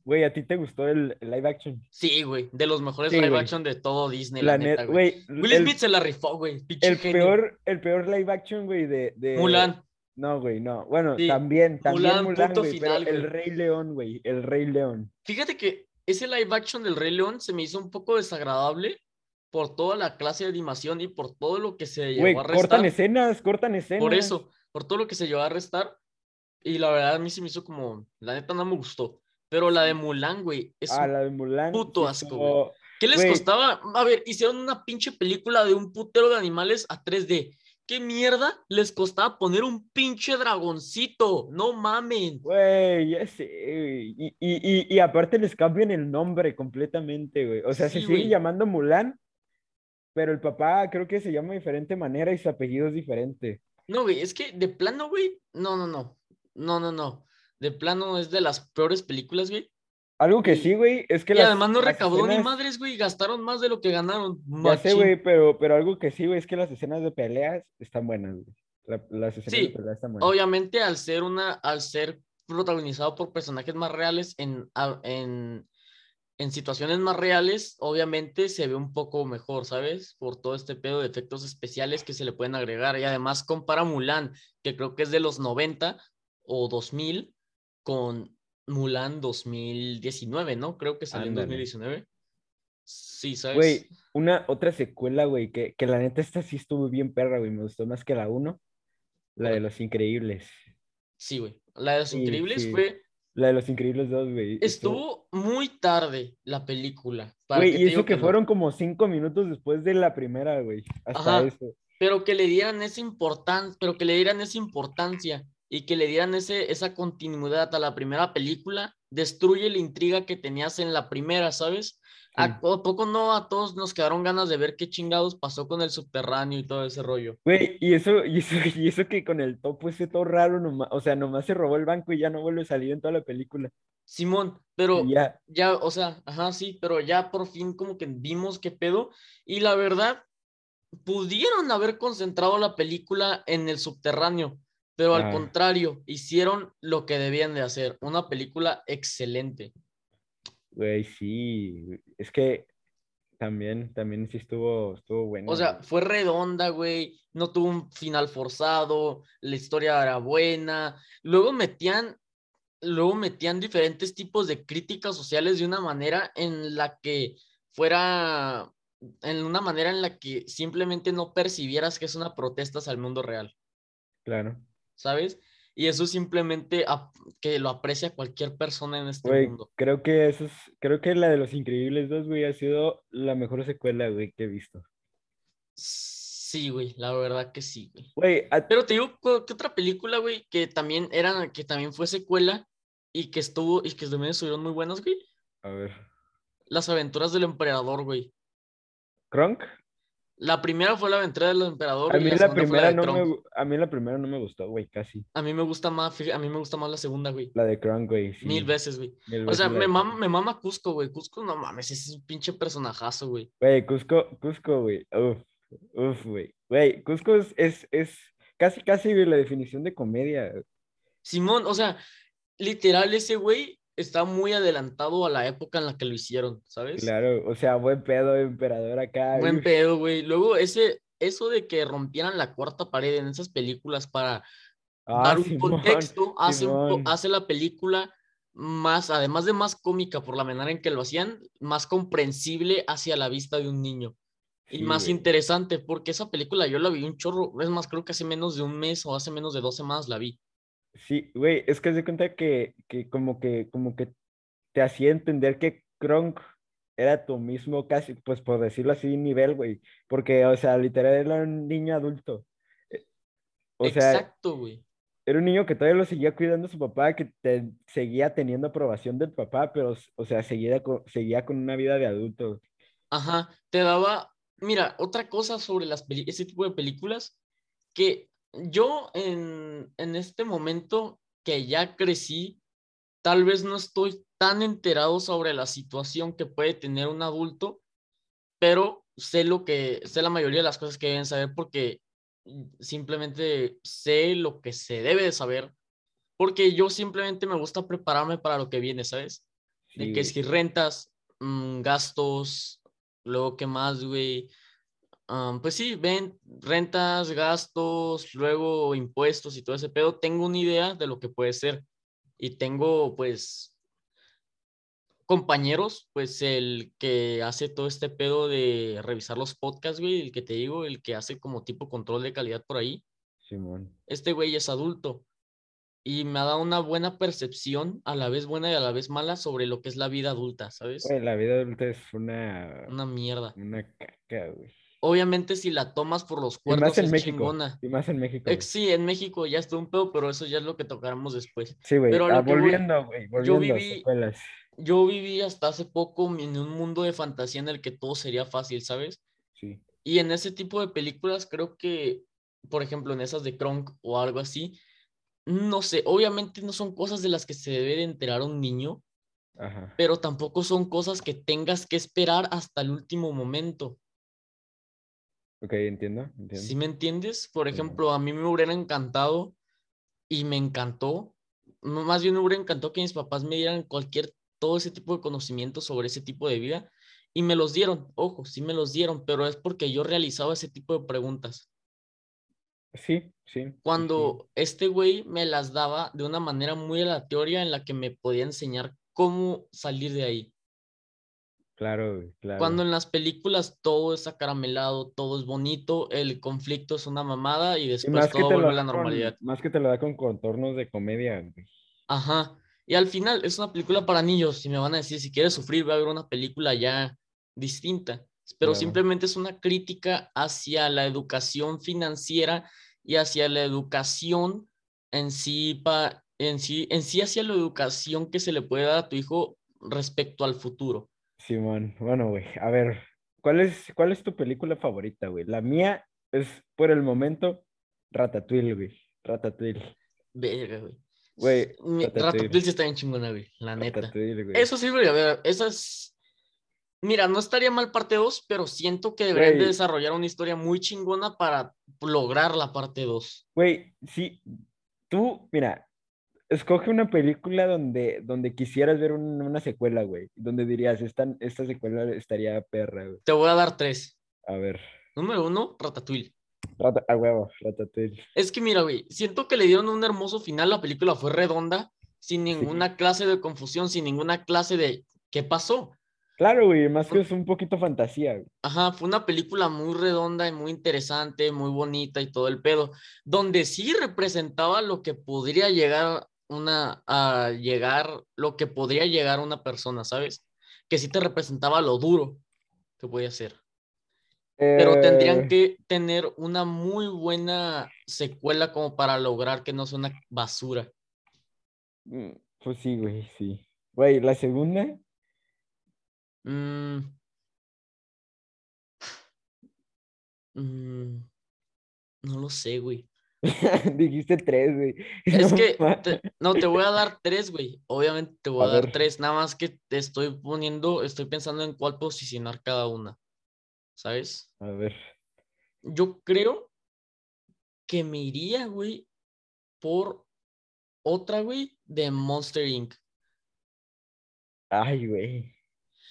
[SPEAKER 2] Güey, ¿a ti te gustó el el live action?
[SPEAKER 1] Sí, güey, de los mejores
[SPEAKER 2] Sí,
[SPEAKER 1] live
[SPEAKER 2] güey.
[SPEAKER 1] action de todo Disney, la,
[SPEAKER 2] La
[SPEAKER 1] neta,
[SPEAKER 2] net-
[SPEAKER 1] güey.
[SPEAKER 2] güey,
[SPEAKER 1] Will
[SPEAKER 2] el-
[SPEAKER 1] Smith se la rifó, güey, pinche
[SPEAKER 2] el
[SPEAKER 1] genio.
[SPEAKER 2] peor, eh, el peor live action, güey, de, de...
[SPEAKER 1] Mulan,
[SPEAKER 2] No, güey, no. Bueno,
[SPEAKER 1] Sí,
[SPEAKER 2] también, también
[SPEAKER 1] Mulan,
[SPEAKER 2] Mulan,
[SPEAKER 1] punto
[SPEAKER 2] güey, pero
[SPEAKER 1] final,
[SPEAKER 2] el
[SPEAKER 1] güey.
[SPEAKER 2] Rey León, güey, el Rey León.
[SPEAKER 1] fíjate que ese live action del Rey León se me hizo un poco desagradable por toda la clase de animación y por todo lo que se llevó
[SPEAKER 2] Güey,
[SPEAKER 1] a
[SPEAKER 2] cortan
[SPEAKER 1] restar.
[SPEAKER 2] escenas, cortan escenas.
[SPEAKER 1] Por eso, por todo lo que se llevó a restar. Y la verdad a mí se me hizo como, la neta no me gustó. Pero la de Mulan, güey, es
[SPEAKER 2] A
[SPEAKER 1] un-
[SPEAKER 2] la de Mulan.
[SPEAKER 1] puto
[SPEAKER 2] sí
[SPEAKER 1] asco,
[SPEAKER 2] estuvo-
[SPEAKER 1] ¿qué les
[SPEAKER 2] güey.
[SPEAKER 1] costaba? A ver, hicieron una pinche película de un putero de animales a 3D. ¿Qué mierda les costaba poner un pinche dragoncito? No mamen.
[SPEAKER 2] Güey, ya sé, güey. Y, y, y, y aparte les cambian el nombre completamente, güey. O sea, se
[SPEAKER 1] Sí,
[SPEAKER 2] sigue
[SPEAKER 1] güey.
[SPEAKER 2] llamando Mulan, pero el papá creo que se llama de diferente manera y su apellido es diferente.
[SPEAKER 1] No, güey, es que de plano, güey, no, no, no. No, no, no. De plano es de las peores películas, güey.
[SPEAKER 2] Algo que
[SPEAKER 1] Y-
[SPEAKER 2] sí, güey, es que
[SPEAKER 1] Y
[SPEAKER 2] las-
[SPEAKER 1] además no
[SPEAKER 2] las
[SPEAKER 1] recaudó ni
[SPEAKER 2] escenas-
[SPEAKER 1] madres, güey. Gastaron más de lo que ganaron.
[SPEAKER 2] Ya sé,
[SPEAKER 1] machín.
[SPEAKER 2] güey, pero, pero algo que sí, güey, es que las escenas de peleas están buenas, güey. La- las escenas
[SPEAKER 1] Sí,
[SPEAKER 2] de peleas están buenas.
[SPEAKER 1] obviamente al ser una, al ser protagonizado por personajes más reales en, a- en, en situaciones más reales, obviamente se ve un poco mejor, ¿sabes? Por todo este pedo de efectos especiales que se le pueden agregar. Y además compara Mulan, que creo que es de los 90 o 2000, con Mulan 2019, ¿no? Creo que salió
[SPEAKER 2] Ándale.
[SPEAKER 1] en 2019. Sí, ¿sabes?
[SPEAKER 2] Güey, una otra secuela, güey, que, que la neta esta sí estuvo bien perra, güey. Me gustó más que la 1. La de
[SPEAKER 1] ¿Cuál?
[SPEAKER 2] Los Increíbles.
[SPEAKER 1] Sí, güey. La de los
[SPEAKER 2] Sí,
[SPEAKER 1] increíbles
[SPEAKER 2] sí.
[SPEAKER 1] fue
[SPEAKER 2] La de Los Increíbles 2, güey.
[SPEAKER 1] Estuvo muy tarde la película. ¿para
[SPEAKER 2] Güey,
[SPEAKER 1] qué
[SPEAKER 2] y
[SPEAKER 1] te
[SPEAKER 2] eso
[SPEAKER 1] digo
[SPEAKER 2] que
[SPEAKER 1] no?
[SPEAKER 2] fueron como cinco minutos después de la primera, güey. Hasta
[SPEAKER 1] Ajá.
[SPEAKER 2] eso.
[SPEAKER 1] Pero que le dieran esa importancia, pero que le dieran esa importancia y que le dieran ese, esa continuidad a la primera película, destruye la intriga que tenías en la primera, ¿sabes?
[SPEAKER 2] Sí.
[SPEAKER 1] ¿A po- poco no a todos nos quedaron ganas de ver qué chingados pasó con el subterráneo y todo ese rollo?
[SPEAKER 2] Güey, y eso, y eso, y eso que con el topo ese todo raro, nomás, o sea, nomás se robó el banco y ya no vuelve a salir en toda la película.
[SPEAKER 1] Simón, pero
[SPEAKER 2] Y ya.
[SPEAKER 1] ya, o sea, ajá, sí, pero ya por fin como que vimos qué pedo. Y la verdad, pudieron haber concentrado la película en el subterráneo, pero al
[SPEAKER 2] Ah.
[SPEAKER 1] contrario, hicieron lo que debían de hacer, una película excelente.
[SPEAKER 2] Güey, sí, güey. es que también, también sí estuvo, estuvo bueno.
[SPEAKER 1] O sea, fue redonda, güey, no tuvo un final forzado, la historia era buena. Luego metían, luego metían diferentes tipos de críticas sociales de una manera en la que fuera, en una manera en la que simplemente no percibieras que es una protesta hacia el mundo real.
[SPEAKER 2] claro.
[SPEAKER 1] ¿sabes? Y eso simplemente ap- que lo aprecia cualquier persona en este
[SPEAKER 2] Güey,
[SPEAKER 1] mundo.
[SPEAKER 2] creo que eso es, creo que la de Los Increíbles 2, güey, ha sido la mejor secuela, güey, que he visto.
[SPEAKER 1] Sí, güey, la verdad que sí, güey.
[SPEAKER 2] Güey, a-
[SPEAKER 1] Pero te digo, ¿cu- ¿qué otra película, güey, que también era, que también fue secuela y que estuvo, y que también estuvieron muy buenas, güey?
[SPEAKER 2] a ver.
[SPEAKER 1] Las aventuras del emperador, güey.
[SPEAKER 2] ¿Cronk?
[SPEAKER 1] La primera fue la aventura del emperador.
[SPEAKER 2] A
[SPEAKER 1] y
[SPEAKER 2] mí la
[SPEAKER 1] segunda fue
[SPEAKER 2] primera
[SPEAKER 1] de
[SPEAKER 2] no me,
[SPEAKER 1] Tron.
[SPEAKER 2] gu- a mí la primera no me gustó, güey, casi.
[SPEAKER 1] A mí me gusta más, fí- a mí me gusta más la segunda, güey.
[SPEAKER 2] La de Cronk, güey, sí.
[SPEAKER 1] Mil veces, güey.
[SPEAKER 2] mil
[SPEAKER 1] O sea,
[SPEAKER 2] veces la
[SPEAKER 1] me
[SPEAKER 2] de
[SPEAKER 1] mama,
[SPEAKER 2] Cronk.
[SPEAKER 1] me mama Cusco, güey. Cusco, no mames, ese es un pinche personajazo, güey.
[SPEAKER 2] Güey, Cusco, Cusco, güey. Uf, uf, güey. Güey, Cusco es, es, es casi, casi, güey, la definición de comedia.
[SPEAKER 1] Simón, o sea, literal ese güey está muy adelantado a la época en la que lo hicieron, ¿sabes?
[SPEAKER 2] Claro, o sea, buen pedo, emperador acá.
[SPEAKER 1] Buen
[SPEAKER 2] uf.
[SPEAKER 1] pedo, güey. Luego, ese, eso de que rompieran la cuarta pared en esas películas para
[SPEAKER 2] Ah,
[SPEAKER 1] dar un
[SPEAKER 2] Simón.
[SPEAKER 1] contexto, hace, un po-
[SPEAKER 2] Simón.
[SPEAKER 1] hace la película más, además de más cómica por la manera en que lo hacían, más comprensible hacia la vista de un niño. Y
[SPEAKER 2] Sí,
[SPEAKER 1] más
[SPEAKER 2] güey.
[SPEAKER 1] interesante, porque esa película yo la vi un chorro, es más, creo que hace menos de un mes o hace menos de dos semanas la vi.
[SPEAKER 2] Sí, güey, es que se cuenta que, que como que como que te hacía entender que Kronk era tu mismo casi, pues por decirlo así, nivel, güey, porque, o sea, literal era un niño adulto. Eh, O sea,
[SPEAKER 1] Exacto, güey.
[SPEAKER 2] era un niño que todavía lo seguía cuidando su papá, que te- seguía teniendo aprobación del papá, pero, o sea, seguía con, seguía con una vida de adulto.
[SPEAKER 1] Ajá, te daba, mira, otra cosa sobre las peli- ese tipo de películas, que yo en, en este momento que ya crecí, tal vez no estoy tan enterado sobre la situación que puede tener un adulto, pero sé lo que, sé la mayoría de las cosas que deben saber porque simplemente sé lo que se debe de saber, porque yo simplemente me gusta prepararme para lo que viene, ¿sabes? De
[SPEAKER 2] Sí,
[SPEAKER 1] que
[SPEAKER 2] güey.
[SPEAKER 1] si rentas, mm, gastos, luego qué más, güey. Am, pues sí, ven, rentas, gastos, luego impuestos y todo ese pedo. Tengo una idea de lo que puede ser. Y tengo, pues, compañeros, pues el que hace todo este pedo de revisar los podcasts, güey, el que te digo, el que hace como tipo control de calidad por ahí
[SPEAKER 2] Simón.
[SPEAKER 1] este güey es adulto y me ha dado una buena percepción, a la vez buena y a la vez mala, sobre lo que es la vida adulta, ¿sabes?
[SPEAKER 2] Güey, la vida adulta es una,
[SPEAKER 1] Una mierda.
[SPEAKER 2] una caca, güey.
[SPEAKER 1] Obviamente si la tomas por los
[SPEAKER 2] Y
[SPEAKER 1] cuernos
[SPEAKER 2] más en
[SPEAKER 1] es
[SPEAKER 2] México.
[SPEAKER 1] chingona.
[SPEAKER 2] Y más en México. güey.
[SPEAKER 1] Ex- Sí, en México ya está un pedo, pero eso ya es lo que tocaremos después.
[SPEAKER 2] Sí, güey.
[SPEAKER 1] pero a lo
[SPEAKER 2] ah,
[SPEAKER 1] que voy,
[SPEAKER 2] volviendo, güey.
[SPEAKER 1] yo
[SPEAKER 2] Volviendo a
[SPEAKER 1] viví-
[SPEAKER 2] secuelas.
[SPEAKER 1] Yo viví hasta hace poco en un mundo de fantasía en el que todo sería fácil, ¿sabes?
[SPEAKER 2] Sí.
[SPEAKER 1] Y en ese tipo de películas creo que, por ejemplo, en esas de Kronk o algo así, no sé, obviamente no son cosas de las que se debe de enterar un niño,
[SPEAKER 2] Ajá.
[SPEAKER 1] pero tampoco son cosas que tengas que esperar hasta el último momento.
[SPEAKER 2] Ok, entiendo. entiendo.
[SPEAKER 1] ¿Sí me entiendes? Por
[SPEAKER 2] Simón.
[SPEAKER 1] ejemplo, a mí me hubiera encantado y me encantó, no, más bien me hubiera encantado que mis papás me dieran cualquier, todo ese tipo de conocimientos sobre ese tipo de vida y me los dieron, ojo, sí me los dieron, pero es porque yo realizaba ese tipo de preguntas.
[SPEAKER 2] Sí, sí. sí,
[SPEAKER 1] Cuando este güey me las daba de una manera muy aleatoria en la que me podía enseñar cómo salir de ahí.
[SPEAKER 2] sí. Claro, güey, claro.
[SPEAKER 1] Cuando en las películas todo es acaramelado, todo es bonito, el conflicto es una mamada y
[SPEAKER 2] Y
[SPEAKER 1] después
[SPEAKER 2] más que,
[SPEAKER 1] todo
[SPEAKER 2] te
[SPEAKER 1] vuelve
[SPEAKER 2] lo
[SPEAKER 1] a la
[SPEAKER 2] da con,
[SPEAKER 1] normalidad.
[SPEAKER 2] más que te lo da con contornos de comedia, güey.
[SPEAKER 1] Ajá. Y al final es una película para niños y me van a decir, si quieres sufrir, va a ver una película ya distinta. Pero
[SPEAKER 2] Claro.
[SPEAKER 1] simplemente es una crítica hacia la educación financiera y hacia la educación en sí, pa- en sí, en sí hacia la educación que se le puede dar a tu hijo respecto al futuro.
[SPEAKER 2] Simón, bueno, güey, a ver, ¿cuál es, cuál es tu película favorita, güey? La mía es, por el momento, Ratatouille, güey, Ratatouille,
[SPEAKER 1] Verga, güey.
[SPEAKER 2] güey,
[SPEAKER 1] Mi-
[SPEAKER 2] Ratatouille.
[SPEAKER 1] Ratatouille sí está bien chingona, güey, la neta.
[SPEAKER 2] Ratatouille, güey.
[SPEAKER 1] Eso sí, güey, a ver, esas... Mira, no estaría mal parte 2, pero siento que deberían de
[SPEAKER 2] Güey.
[SPEAKER 1] desarrollar una historia muy chingona para lograr la parte 2.
[SPEAKER 2] Güey, sí, tú, mira, escoge una película donde, donde quisieras ver un- una secuela, güey, donde dirías, esta, esta secuela estaría perra, güey,
[SPEAKER 1] Te voy a dar tres.
[SPEAKER 2] a ver,
[SPEAKER 1] Número uno, Ratatouille.
[SPEAKER 2] Rata, a huevo, Ratatouille,
[SPEAKER 1] Es que mira, güey, siento que le dieron un hermoso final, la película fue redonda, sin ninguna clase de confusión, sin ninguna clase de ¿qué pasó?
[SPEAKER 2] claro, güey, más
[SPEAKER 1] Pues
[SPEAKER 2] que es un poquito fantasía, güey.
[SPEAKER 1] Ajá, fue una película muy redonda y muy interesante, muy bonita y todo el pedo, donde sí representaba lo que podría llegar una a llegar, lo que podría llegar una persona, ¿sabes? Que sí te representaba lo duro que podía ser. Pero
[SPEAKER 2] Eh,
[SPEAKER 1] tendrían que tener una muy buena secuela como para lograr que no sea una basura.
[SPEAKER 2] Mm, Pues sí, güey, sí. Güey, la segunda,
[SPEAKER 1] Mm. Mm. No lo sé, güey.
[SPEAKER 2] dijiste tres, güey.
[SPEAKER 1] Es
[SPEAKER 2] No
[SPEAKER 1] que,
[SPEAKER 2] ma-
[SPEAKER 1] te- no, te voy a dar tres, güey. Obviamente te voy a,
[SPEAKER 2] A
[SPEAKER 1] dar
[SPEAKER 2] ver.
[SPEAKER 1] tres, nada más que te estoy poniendo, estoy pensando en cuál posicionar cada una, ¿sabes?
[SPEAKER 2] A ver,
[SPEAKER 1] Yo creo que me iría, güey, por otra, güey, de Monster Inc.
[SPEAKER 2] Ay, güey.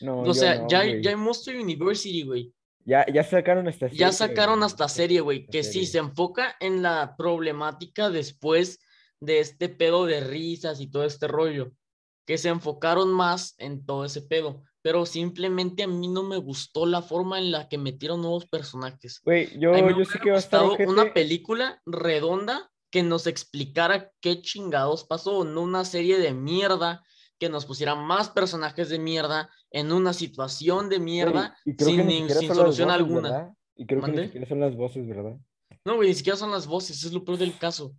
[SPEAKER 2] No,
[SPEAKER 1] O
[SPEAKER 2] yo
[SPEAKER 1] sea,
[SPEAKER 2] no,
[SPEAKER 1] ya, hay-
[SPEAKER 2] güey.
[SPEAKER 1] ya hay Monster University, güey.
[SPEAKER 2] ya, ya sacaron hasta
[SPEAKER 1] Ya
[SPEAKER 2] serie,
[SPEAKER 1] sacaron
[SPEAKER 2] güey.
[SPEAKER 1] hasta serie, güey, que sí,
[SPEAKER 2] serie.
[SPEAKER 1] se enfoca en la problemática después de este pedo de risas y todo este rollo, que se enfocaron más en todo ese pedo, pero simplemente a mí no me gustó la forma en la que metieron nuevos personajes.
[SPEAKER 2] Güey, yo,
[SPEAKER 1] a mí me
[SPEAKER 2] yo sé
[SPEAKER 1] hubiera
[SPEAKER 2] que va a estar
[SPEAKER 1] gustado una
[SPEAKER 2] ojete.
[SPEAKER 1] película redonda que nos explicara qué chingados pasó, no una serie de mierda que nos pusiera más personajes de mierda en una situación de mierda
[SPEAKER 2] Güey, y creo que
[SPEAKER 1] sin,
[SPEAKER 2] ni
[SPEAKER 1] nin-
[SPEAKER 2] siquiera
[SPEAKER 1] sin
[SPEAKER 2] son las
[SPEAKER 1] solución
[SPEAKER 2] voces,
[SPEAKER 1] alguna.
[SPEAKER 2] ¿verdad? Y creo que
[SPEAKER 1] ¿Mande?
[SPEAKER 2] ni siquiera son las voces, ¿verdad?
[SPEAKER 1] No, güey, ni siquiera son las voces, es lo peor del caso.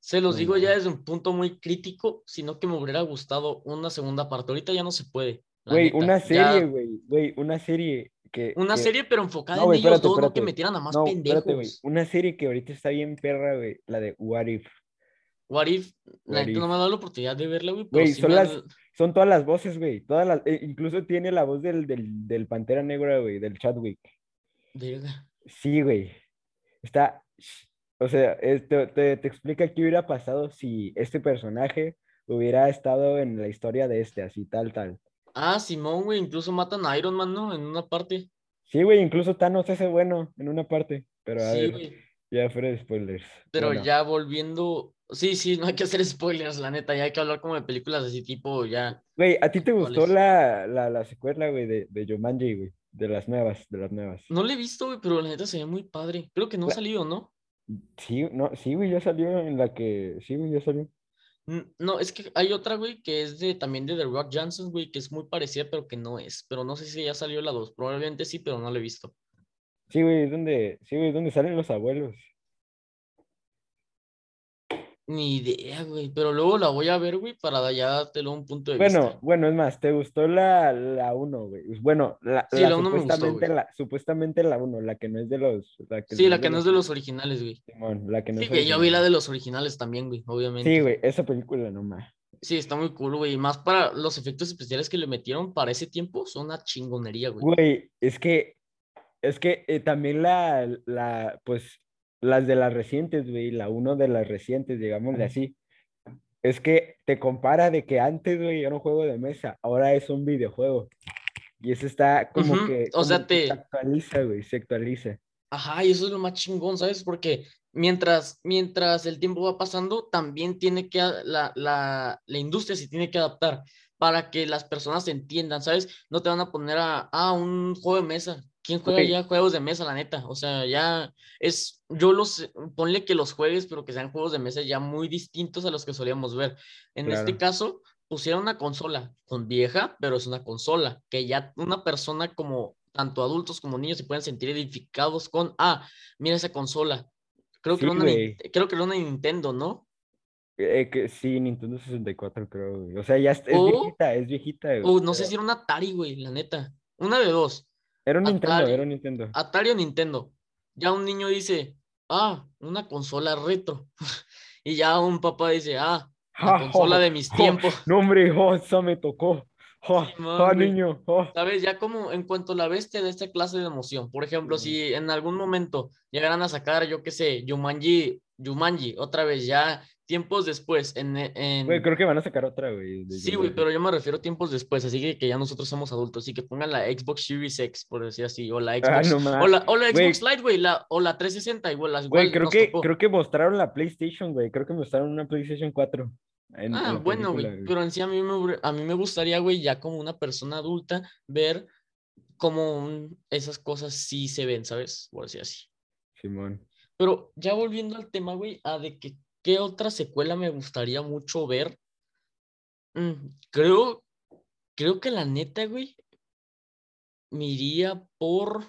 [SPEAKER 1] Se los
[SPEAKER 2] No
[SPEAKER 1] digo ya
[SPEAKER 2] mames.
[SPEAKER 1] desde un punto muy crítico, sino que me hubiera gustado una segunda parte. Ahorita ya no se puede. la
[SPEAKER 2] Güey,
[SPEAKER 1] neta,
[SPEAKER 2] una
[SPEAKER 1] ya-
[SPEAKER 2] serie, güey. Güey, una serie que.
[SPEAKER 1] Una
[SPEAKER 2] que-
[SPEAKER 1] serie, pero enfocada
[SPEAKER 2] No,
[SPEAKER 1] en
[SPEAKER 2] güey,
[SPEAKER 1] ellos
[SPEAKER 2] espérate,
[SPEAKER 1] dos, no que
[SPEAKER 2] espérate.
[SPEAKER 1] metieran a más
[SPEAKER 2] No,
[SPEAKER 1] pendejos.
[SPEAKER 2] espérate, güey. Una serie que ahorita está bien perra, güey. La de What If.
[SPEAKER 1] What if, la
[SPEAKER 2] What
[SPEAKER 1] neta no
[SPEAKER 2] if.
[SPEAKER 1] me ha dado la oportunidad de verla, güey. pero
[SPEAKER 2] Güey,
[SPEAKER 1] sí
[SPEAKER 2] son
[SPEAKER 1] me han-
[SPEAKER 2] las- Son todas las voces, güey. Todas las... e- incluso tiene la voz del, del, del Pantera Negra, güey. Del Chadwick.
[SPEAKER 1] Verga.
[SPEAKER 2] Sí, güey. Está. O sea, es- te, te- te explica qué hubiera pasado si este personaje hubiera estado en la historia de este, así, tal, tal.
[SPEAKER 1] Ah, Simón, güey, incluso matan a Iron Man, ¿no? En una parte.
[SPEAKER 2] Sí, güey, incluso Thanos es bueno en una parte. Pero a
[SPEAKER 1] sí,
[SPEAKER 2] ver,
[SPEAKER 1] güey.
[SPEAKER 2] ya fuera de spoilers.
[SPEAKER 1] Pero
[SPEAKER 2] Bueno,
[SPEAKER 1] ya volviendo. Sí, sí, no hay que hacer spoilers, la neta. Ya hay que hablar como de películas así tipo ya.
[SPEAKER 2] Güey, ¿a ti te gustó
[SPEAKER 1] ¿Cuál es?
[SPEAKER 2] la, la, la secuela, güey, de, de Jumanji, güey? De las nuevas, de las nuevas.
[SPEAKER 1] No la he visto, güey, pero la neta se ve muy padre. Creo que no ha
[SPEAKER 2] La-
[SPEAKER 1] salido, ¿no?
[SPEAKER 2] Sí, no, sí, güey, ya salió en la que. Sí, güey, ya salió.
[SPEAKER 1] N- No, es que hay otra, güey, que es de también de The Rock Johnson, güey, que es muy parecida, pero que no es. Pero no sé si ya salió la 2. Probablemente sí, pero no la he visto.
[SPEAKER 2] Sí, güey, es donde, sí, güey, es donde salen los abuelos.
[SPEAKER 1] Ni idea, güey. Pero luego la voy a ver, güey, para ya dártelo un punto de
[SPEAKER 2] Bueno,
[SPEAKER 1] vista.
[SPEAKER 2] bueno, es más, ¿te gustó la, la 1 güey? Pues, Bueno, la,
[SPEAKER 1] Sí, la uno me gustó,
[SPEAKER 2] supuestamente,
[SPEAKER 1] güey.
[SPEAKER 2] la, supuestamente la 1, la que no es de los. La que
[SPEAKER 1] Sí, la que no es de los originales, güey.
[SPEAKER 2] Simón, la que no
[SPEAKER 1] Sí,
[SPEAKER 2] es
[SPEAKER 1] güey, yo vi la
[SPEAKER 2] original.
[SPEAKER 1] de los originales también, güey, obviamente.
[SPEAKER 2] Sí, güey, esa película nomás.
[SPEAKER 1] Sí, está muy cool, güey. Y más para los efectos especiales que le metieron para ese tiempo, son una chingonería, güey.
[SPEAKER 2] Pues, Güey, es que, es que eh, también la, la, pues, las de las recientes, güey, la 1 de las recientes, digámosle así. Es que te compara de que antes, güey, era un juego de mesa, ahora es un videojuego. Y eso está como
[SPEAKER 1] Ujú,
[SPEAKER 2] que.
[SPEAKER 1] o sea,
[SPEAKER 2] como que
[SPEAKER 1] te-
[SPEAKER 2] Se actualiza, güey, se actualiza.
[SPEAKER 1] Ajá, y eso es lo más chingón, ¿sabes? Porque mientras, mientras el tiempo va pasando, también tiene que, a- la, la, la industria se tiene que adaptar para que las personas entiendan, ¿sabes? No te van a poner a, ah, un juego de mesa. ¿Quién juega
[SPEAKER 2] Güey.
[SPEAKER 1] ya juegos de mesa, la neta? O sea, ya es, yo los, eh, ponle que los juegues, pero que sean juegos de mesa ya muy distintos a los que solíamos ver. En este
[SPEAKER 2] Claro.
[SPEAKER 1] caso, pusieron una consola con vieja, pero es una consola que ya una persona como tanto adultos como niños se pueden sentir edificados con, ah, mira esa consola. Creo que,
[SPEAKER 2] Sí,
[SPEAKER 1] era una, Nin-
[SPEAKER 2] güey.
[SPEAKER 1] creo que era una Nintendo, ¿no?
[SPEAKER 2] Eh, que sí, Nintendo 64, creo, güey. O sea, ya es, es
[SPEAKER 1] O-
[SPEAKER 2] viejita, es viejita, güey,
[SPEAKER 1] O no sé
[SPEAKER 2] pero-
[SPEAKER 1] si era una Atari, güey, la neta. Una de dos,
[SPEAKER 2] Era un Nintendo,
[SPEAKER 1] Atari.
[SPEAKER 2] era un Nintendo.
[SPEAKER 1] Atari o Nintendo. Ya un niño dice, ah, una consola retro. y ya un papá dice, ah, la consola de mis
[SPEAKER 2] jo.
[SPEAKER 1] tiempos.
[SPEAKER 2] No, hombre, oh, esa me tocó. Oh,
[SPEAKER 1] Simón,
[SPEAKER 2] oh,
[SPEAKER 1] güey.
[SPEAKER 2] niño, oh.
[SPEAKER 1] ¿Sabes? Ya como en cuanto la ves te da esta clase de emoción. Por ejemplo, si en algún momento llegaran a sacar, yo qué sé, Jumanji, Jumanji, otra vez, ya tiempos después, en... en-
[SPEAKER 2] Güey, creo que van a sacar otra, güey. de
[SPEAKER 1] Mm. Sí,
[SPEAKER 2] Jim
[SPEAKER 1] güey,
[SPEAKER 2] Carrey.
[SPEAKER 1] pero yo me refiero tiempos después, así que, que ya nosotros somos adultos, así que pongan la Xbox Series X, por decir así, o la
[SPEAKER 2] Ah,
[SPEAKER 1] Xbox...
[SPEAKER 2] no más.
[SPEAKER 1] o, la, o la
[SPEAKER 2] Güey.
[SPEAKER 1] Xbox Lite, güey, la, o la 360, igual las
[SPEAKER 2] Güey,
[SPEAKER 1] igual
[SPEAKER 2] creo
[SPEAKER 1] nos
[SPEAKER 2] que,
[SPEAKER 1] tocó.
[SPEAKER 2] creo que mostraron la PlayStation, güey. Creo que mostraron una PlayStation 4. en- en
[SPEAKER 1] Ah,
[SPEAKER 2] la
[SPEAKER 1] bueno,
[SPEAKER 2] película,
[SPEAKER 1] güey, pero en sí a mí me, hubiera- a mí me gustaría, güey, ya como una persona adulta, ver cómo un- esas cosas sí se ven, ¿sabes? Por decir así.
[SPEAKER 2] Simón.
[SPEAKER 1] Pero ya volviendo al tema, güey, a de que qué otra secuela me gustaría mucho ver. Mm, creo, creo que la neta, güey, me iría por.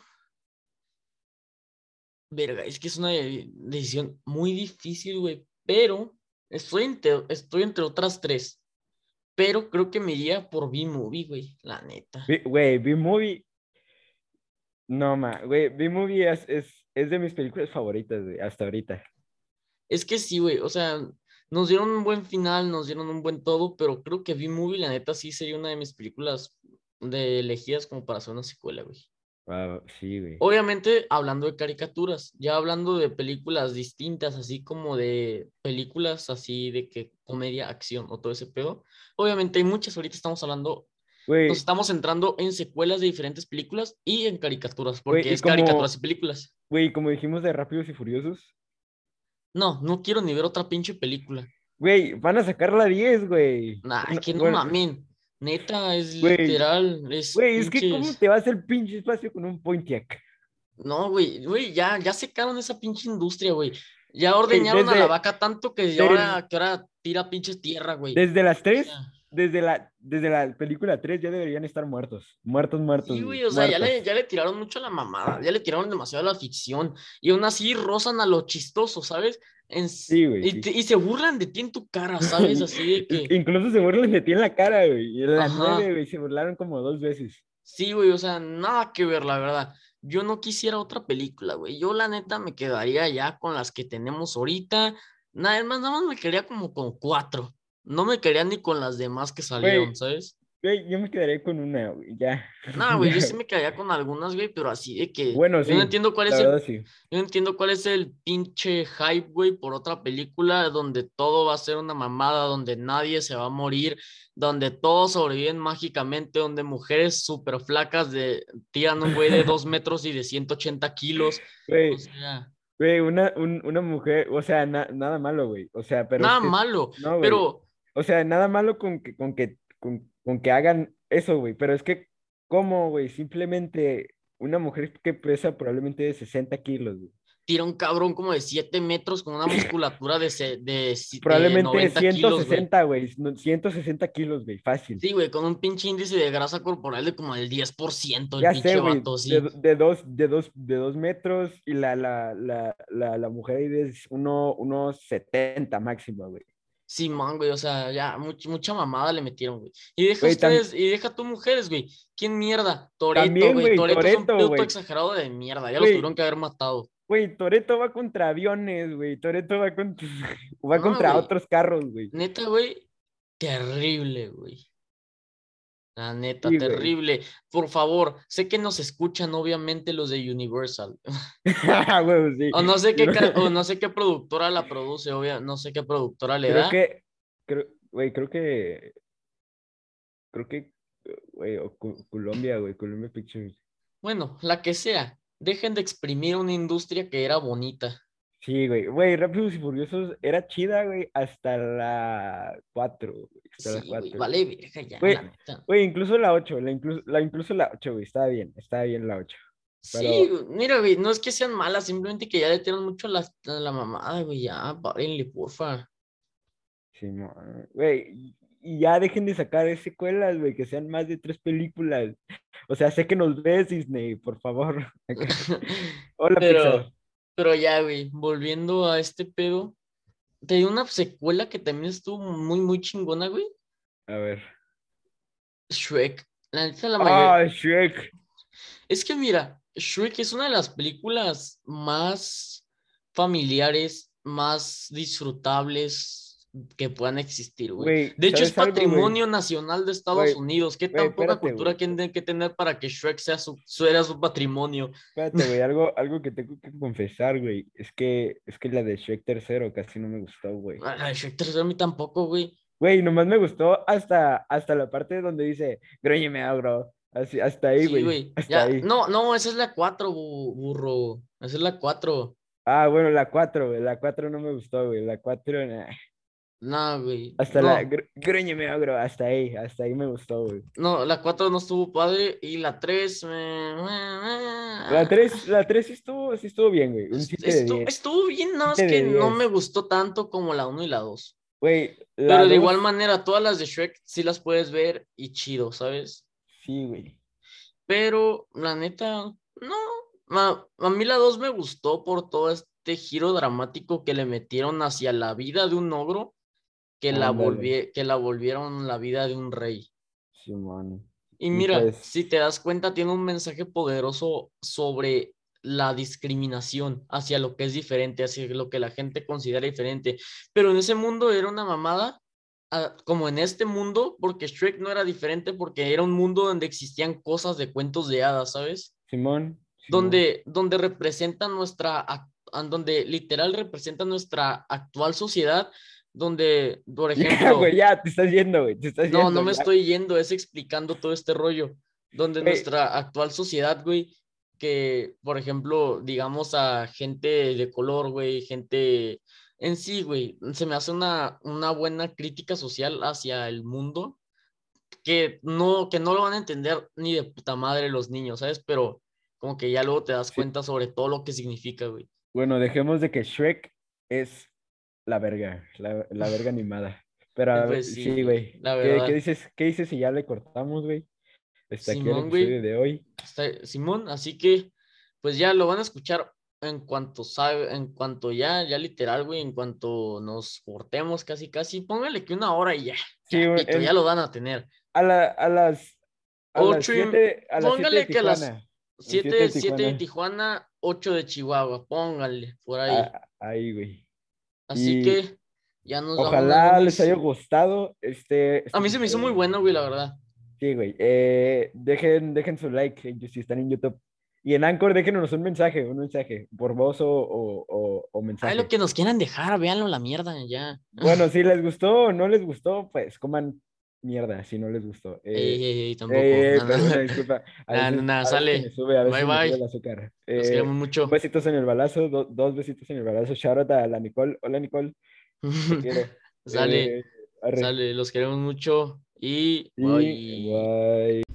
[SPEAKER 1] Verga, es que es una de- decisión muy difícil, güey, pero estoy entre, estoy entre otras tres. Pero creo que me iría por B-Movie, güey, la neta.
[SPEAKER 2] Vi- Güey, B-Movie. No, ma. Güey, B-Movie es, es, es de mis películas favoritas, güey, hasta ahorita.
[SPEAKER 1] Es que sí, güey, o sea, nos dieron un buen final, nos dieron un buen todo, pero creo que B-Movie, la neta, sí sería una de mis películas de elegidas como para hacer una secuela, güey.
[SPEAKER 2] Wow, sí, güey.
[SPEAKER 1] Obviamente, hablando de caricaturas, ya hablando de películas distintas, así como de películas así de que comedia, acción o todo ese pedo. Obviamente hay muchas, ahorita estamos hablando
[SPEAKER 2] Güey,
[SPEAKER 1] Nos estamos entrando en secuelas de diferentes películas y en caricaturas, porque
[SPEAKER 2] y
[SPEAKER 1] es
[SPEAKER 2] como-
[SPEAKER 1] caricaturas y películas.
[SPEAKER 2] güey, como dijimos de Rápidos y Furiosos,
[SPEAKER 1] No, no quiero ni ver otra pinche película.
[SPEAKER 2] güey, van a sacar la 10, güey.
[SPEAKER 1] Nah,
[SPEAKER 2] Bueno,
[SPEAKER 1] que no
[SPEAKER 2] bueno,
[SPEAKER 1] mamen. Neta, es
[SPEAKER 2] Güey.
[SPEAKER 1] literal. Es
[SPEAKER 2] Güey, es que ¿cómo
[SPEAKER 1] pinches-
[SPEAKER 2] te vas al pinche espacio con un Pontiac?
[SPEAKER 1] No, güey, güey, ya, ya secaron esa pinche industria, güey. Ya ordeñaron a
[SPEAKER 2] desde-
[SPEAKER 1] la vaca tanto que
[SPEAKER 2] desde-
[SPEAKER 1] ahora, que ahora tira pinches tierra, güey.
[SPEAKER 2] Desde las 3,
[SPEAKER 1] Ya.
[SPEAKER 2] desde la, desde la película 3 ya deberían estar muertos. Muertos, muertos.
[SPEAKER 1] Sí, güey, o sea, ya
[SPEAKER 2] muertos.
[SPEAKER 1] le, ya le tiraron mucho a la mamada, ya le tiraron demasiado a la ficción y aún así rozan a lo chistoso, ¿sabes? En-
[SPEAKER 2] Sí, güey,
[SPEAKER 1] y,
[SPEAKER 2] sí.
[SPEAKER 1] te- y se burlan de ti en tu cara, ¿sabes? Así de que...
[SPEAKER 2] Incluso se burlan de ti en la cara, güey. Y en la
[SPEAKER 1] Ajá.
[SPEAKER 2] 9, güey, se burlaron como dos veces.
[SPEAKER 1] Sí, güey, o sea, nada que ver, la verdad. Yo no quisiera otra película, güey. Yo la neta me quedaría ya con las que tenemos ahorita. Nada es más, nada más me quedaría como con cuatro. No me quedaría ni con las demás que salieron, ¿sabes?
[SPEAKER 2] Güey, yo me quedaré con una, güey, ya.
[SPEAKER 1] Nada, güey, yo
[SPEAKER 2] Ya.
[SPEAKER 1] sí me quedaría con algunas, güey, pero así de que
[SPEAKER 2] Bueno,
[SPEAKER 1] yo
[SPEAKER 2] sí,
[SPEAKER 1] no entiendo cuál
[SPEAKER 2] La
[SPEAKER 1] es el
[SPEAKER 2] verdad, sí.
[SPEAKER 1] Yo no entiendo cuál es el pinche hype, güey, por otra película donde todo va a ser una mamada, donde nadie se va a morir, donde todos sobreviven mágicamente, donde mujeres súper flacas de, tiran un güey de dos metros y de 180 kilos.
[SPEAKER 2] Güey,
[SPEAKER 1] O sea,
[SPEAKER 2] güey, una, un- una mujer, o sea, na- nada malo, güey. O sea, pero. es
[SPEAKER 1] nada
[SPEAKER 2] que-
[SPEAKER 1] malo,
[SPEAKER 2] no, güey.
[SPEAKER 1] pero
[SPEAKER 2] O sea, nada malo con que, con que, con, con que hagan eso, güey. Pero es que, ¿cómo, güey? Simplemente una mujer que pesa probablemente de 60 kilos, güey.
[SPEAKER 1] tira un cabrón como de 7 metros con una musculatura de, se- de, si- de
[SPEAKER 2] Probablemente
[SPEAKER 1] 90 eh, kilos, güey.
[SPEAKER 2] 160, güey. no, 160 kilos, güey. Fácil.
[SPEAKER 1] Sí, güey, con un pinche índice de grasa corporal de como el 10%, el
[SPEAKER 2] ya
[SPEAKER 1] pinche
[SPEAKER 2] sé, güey.
[SPEAKER 1] vato, sí.
[SPEAKER 2] De, do- de dos, de, dos, de dos metros y la, la, la, la, la mujer ahí es uno, unos 70 máximo, güey.
[SPEAKER 1] Simón, güey, o sea, ya much- mucha mamada le metieron, güey. Y deja
[SPEAKER 2] Güey, tam-
[SPEAKER 1] ustedes, y deja tú mujeres, güey. ¿Quién mierda? Toreto,
[SPEAKER 2] También,
[SPEAKER 1] güey.
[SPEAKER 2] güey,
[SPEAKER 1] Toreto es un
[SPEAKER 2] Toretto,
[SPEAKER 1] puto
[SPEAKER 2] güey.
[SPEAKER 1] exagerado de mierda. Ya lo
[SPEAKER 2] Güey.
[SPEAKER 1] tuvieron que haber matado.
[SPEAKER 2] Güey, Toreto va contra aviones, güey. Toreto va contra, va
[SPEAKER 1] No,
[SPEAKER 2] contra
[SPEAKER 1] güey.
[SPEAKER 2] otros carros, güey.
[SPEAKER 1] Neta, güey, terrible, güey. La neta,
[SPEAKER 2] Sí, güey.
[SPEAKER 1] terrible. Por favor, sé que nos escuchan, obviamente, los de Universal.
[SPEAKER 2] Ah, Güey, pues sí.
[SPEAKER 1] O no sé qué, ca- o no sé qué productora la produce, obvia, no sé qué productora le
[SPEAKER 2] Creo
[SPEAKER 1] da.
[SPEAKER 2] que, creo, güey, creo que, creo que, güey, o Cu- Colombia, güey, Colombia Pictures.
[SPEAKER 1] Bueno, la que sea. Dejen de exprimir una industria que era bonita.
[SPEAKER 2] Sí, güey, güey, Rápidos y Furiosos era chida, güey, hasta la 4, güey, hasta la
[SPEAKER 1] Sí, güey,
[SPEAKER 2] 4.
[SPEAKER 1] vale, verga, ya,
[SPEAKER 2] Güey,
[SPEAKER 1] la neta.
[SPEAKER 2] Güey, incluso la 8, la incluso, la incluso la 8, güey, estaba bien, estaba bien la 8.
[SPEAKER 1] Sí, güey, mira, güey, no es que sean malas, simplemente que ya le tiran mucho la, la mamada, güey, ya, párenle, porfa.
[SPEAKER 2] Sí, mo- güey, y ya dejen de sacar secuelas, güey, que sean más de tres películas. O sea, sé que nos ves, Disney, por favor. Hola,
[SPEAKER 1] Pero,
[SPEAKER 2] Pixar.
[SPEAKER 1] pero ya, güey, volviendo a este pedo, te di una secuela que también estuvo muy, muy chingona, güey,
[SPEAKER 2] A ver.
[SPEAKER 1] Shrek. La neta, la mayoría...
[SPEAKER 2] Ah, Shrek.
[SPEAKER 1] Es que mira, Shrek es una de las películas más familiares, más disfrutables que puedan existir, güey.
[SPEAKER 2] Güey,
[SPEAKER 1] De hecho, es
[SPEAKER 2] ¿sabes algo, güey?
[SPEAKER 1] patrimonio nacional de Estados
[SPEAKER 2] Güey,
[SPEAKER 1] Unidos. ¿Qué
[SPEAKER 2] güey,
[SPEAKER 1] tan poca
[SPEAKER 2] espérate,
[SPEAKER 1] cultura
[SPEAKER 2] güey.
[SPEAKER 1] tienen que tener para que Shrek sea su, sea su patrimonio?
[SPEAKER 2] Espérate, güey, algo, algo que tengo que confesar, güey, es que, es que la de Shrek tercero casi no me gustó, güey.
[SPEAKER 1] Ah, Ay, Shrek 3 a mí tampoco, güey.
[SPEAKER 2] Güey, nomás me gustó hasta, hasta la parte donde dice, gróñeme agro. Así, hasta ahí,
[SPEAKER 1] Sí,
[SPEAKER 2] güey.
[SPEAKER 1] güey.
[SPEAKER 2] hasta
[SPEAKER 1] Ya,
[SPEAKER 2] ahí.
[SPEAKER 1] No, no, esa es la 4, bu- burro. Esa es la 4.
[SPEAKER 2] Ah, bueno, la cuatro, güey, la cuatro no me gustó, güey, la cuatro, nah.
[SPEAKER 1] No, güey.
[SPEAKER 2] Hasta
[SPEAKER 1] no,
[SPEAKER 2] la, gr- gróñeme agro, hasta ahí, hasta ahí me gustó, güey.
[SPEAKER 1] No, la 4 no estuvo padre. Y la eh, 3.
[SPEAKER 2] La tres, la tres sí estuvo, sí estuvo bien, güey, un siete de
[SPEAKER 1] Ah. Estuvo,
[SPEAKER 2] diez.
[SPEAKER 1] estuvo bien, nada más
[SPEAKER 2] Siete
[SPEAKER 1] que
[SPEAKER 2] de
[SPEAKER 1] no
[SPEAKER 2] diez.
[SPEAKER 1] me gustó tanto como la 1 y la 2.
[SPEAKER 2] Güey, la
[SPEAKER 1] Pero de igual
[SPEAKER 2] dos-
[SPEAKER 1] manera, todas las de Shrek sí las puedes ver y chido, ¿sabes?
[SPEAKER 2] Sí, güey.
[SPEAKER 1] Pero la neta, no. A, a mí la 2 me gustó por todo este giro dramático que le metieron hacia la vida de un ogro, que, la,
[SPEAKER 2] Ándale.
[SPEAKER 1] volvie- que la volvieron la vida de un rey.
[SPEAKER 2] Simón.
[SPEAKER 1] Y
[SPEAKER 2] Y
[SPEAKER 1] mira,
[SPEAKER 2] pues-
[SPEAKER 1] si te das cuenta, tiene un mensaje poderoso sobre la discriminación hacia lo que es diferente, hacia lo que la gente considera diferente. Pero en ese mundo era una mamada, ah, como en este mundo, porque Shrek no era diferente, porque era un mundo donde existían cosas de cuentos de hadas, ¿sabes?
[SPEAKER 2] Simón. Simón.
[SPEAKER 1] Donde, donde representa nuestra, ac- ah, donde literal representa nuestra actual sociedad, donde, por
[SPEAKER 2] Ya,
[SPEAKER 1] ejemplo,
[SPEAKER 2] güey, ya, te estás yendo, güey, te estás
[SPEAKER 1] no,
[SPEAKER 2] yendo.
[SPEAKER 1] no me
[SPEAKER 2] ya.
[SPEAKER 1] estoy yendo, es explicando todo este rollo, donde
[SPEAKER 2] Güey.
[SPEAKER 1] nuestra actual sociedad, güey, que, por ejemplo, digamos a gente de color, güey, gente en sí, güey, se me hace una, una buena crítica social hacia el mundo, que no, que no lo van a entender ni de puta madre los niños, ¿sabes? Pero como que ya luego te das
[SPEAKER 2] Sí.
[SPEAKER 1] cuenta sobre todo lo que significa, güey.
[SPEAKER 2] Bueno, dejemos de que Shrek es la verga, la, la verga animada. Pero a
[SPEAKER 1] Eh,
[SPEAKER 2] ver,
[SPEAKER 1] pues, sí,
[SPEAKER 2] sí, güey.
[SPEAKER 1] la
[SPEAKER 2] ¿Qué,
[SPEAKER 1] verdad.
[SPEAKER 2] qué dices, ¿Qué dices si ya le cortamos, güey? Hasta aquí el
[SPEAKER 1] Simón, güey.
[SPEAKER 2] episodio de hoy.
[SPEAKER 1] está- Simón, así que pues ya lo van a escuchar en cuanto sabe, en cuanto ya, ya literal, güey, en cuanto nos cortemos casi, casi, póngale que una hora y ya,
[SPEAKER 2] Sí,
[SPEAKER 1] ya,
[SPEAKER 2] güey,
[SPEAKER 1] pito, ya
[SPEAKER 2] en-
[SPEAKER 1] lo van a tener.
[SPEAKER 2] A, la- a las. A las
[SPEAKER 1] Ocho y-
[SPEAKER 2] siete- a las siete
[SPEAKER 1] póngale
[SPEAKER 2] de
[SPEAKER 1] que a las
[SPEAKER 2] Tijuana. siete
[SPEAKER 1] 7
[SPEAKER 2] de
[SPEAKER 1] de Tijuana, 8 de Chihuahua, póngale por ahí.
[SPEAKER 2] Ah, ahí, güey.
[SPEAKER 1] así
[SPEAKER 2] y-
[SPEAKER 1] que ya nos vamos,
[SPEAKER 2] Ojalá
[SPEAKER 1] nos
[SPEAKER 2] les
[SPEAKER 1] vemos.
[SPEAKER 2] haya gustado. Este, este
[SPEAKER 1] A mí se me hizo muy
[SPEAKER 2] episodio.
[SPEAKER 1] bueno, güey, la verdad.
[SPEAKER 2] Sí, güey. Eh, dejen, dejen su like en- si están en YouTube. Y en Anchor, déjenos un mensaje, un mensaje, por voz o, o, o- o mensaje.
[SPEAKER 1] Ahí lo que nos quieran dejar, véanlo la mierda, ya.
[SPEAKER 2] Bueno, si les gustó o no les gustó, pues coman mierda si no les gustó.
[SPEAKER 1] Ey,
[SPEAKER 2] Eh,
[SPEAKER 1] ey, ey, tampoco.
[SPEAKER 2] eh,
[SPEAKER 1] No, no,
[SPEAKER 2] perdón,
[SPEAKER 1] no.
[SPEAKER 2] disculpa. A
[SPEAKER 1] Nah,
[SPEAKER 2] veces-
[SPEAKER 1] nah,
[SPEAKER 2] a veces
[SPEAKER 1] sale.
[SPEAKER 2] me sube, a veces
[SPEAKER 1] Bye,
[SPEAKER 2] me sube
[SPEAKER 1] bye.
[SPEAKER 2] el azúcar.
[SPEAKER 1] Nos
[SPEAKER 2] Eh,
[SPEAKER 1] queremos mucho.
[SPEAKER 2] dos besitos en el balazo, do- dos besitos en el balazo. Shout out a la Nicole. Hola, Nicole. Te quiero.
[SPEAKER 1] Sale.
[SPEAKER 2] Eh, arre.
[SPEAKER 1] Sale, los queremos mucho y,
[SPEAKER 2] Y
[SPEAKER 1] bye.
[SPEAKER 2] bye.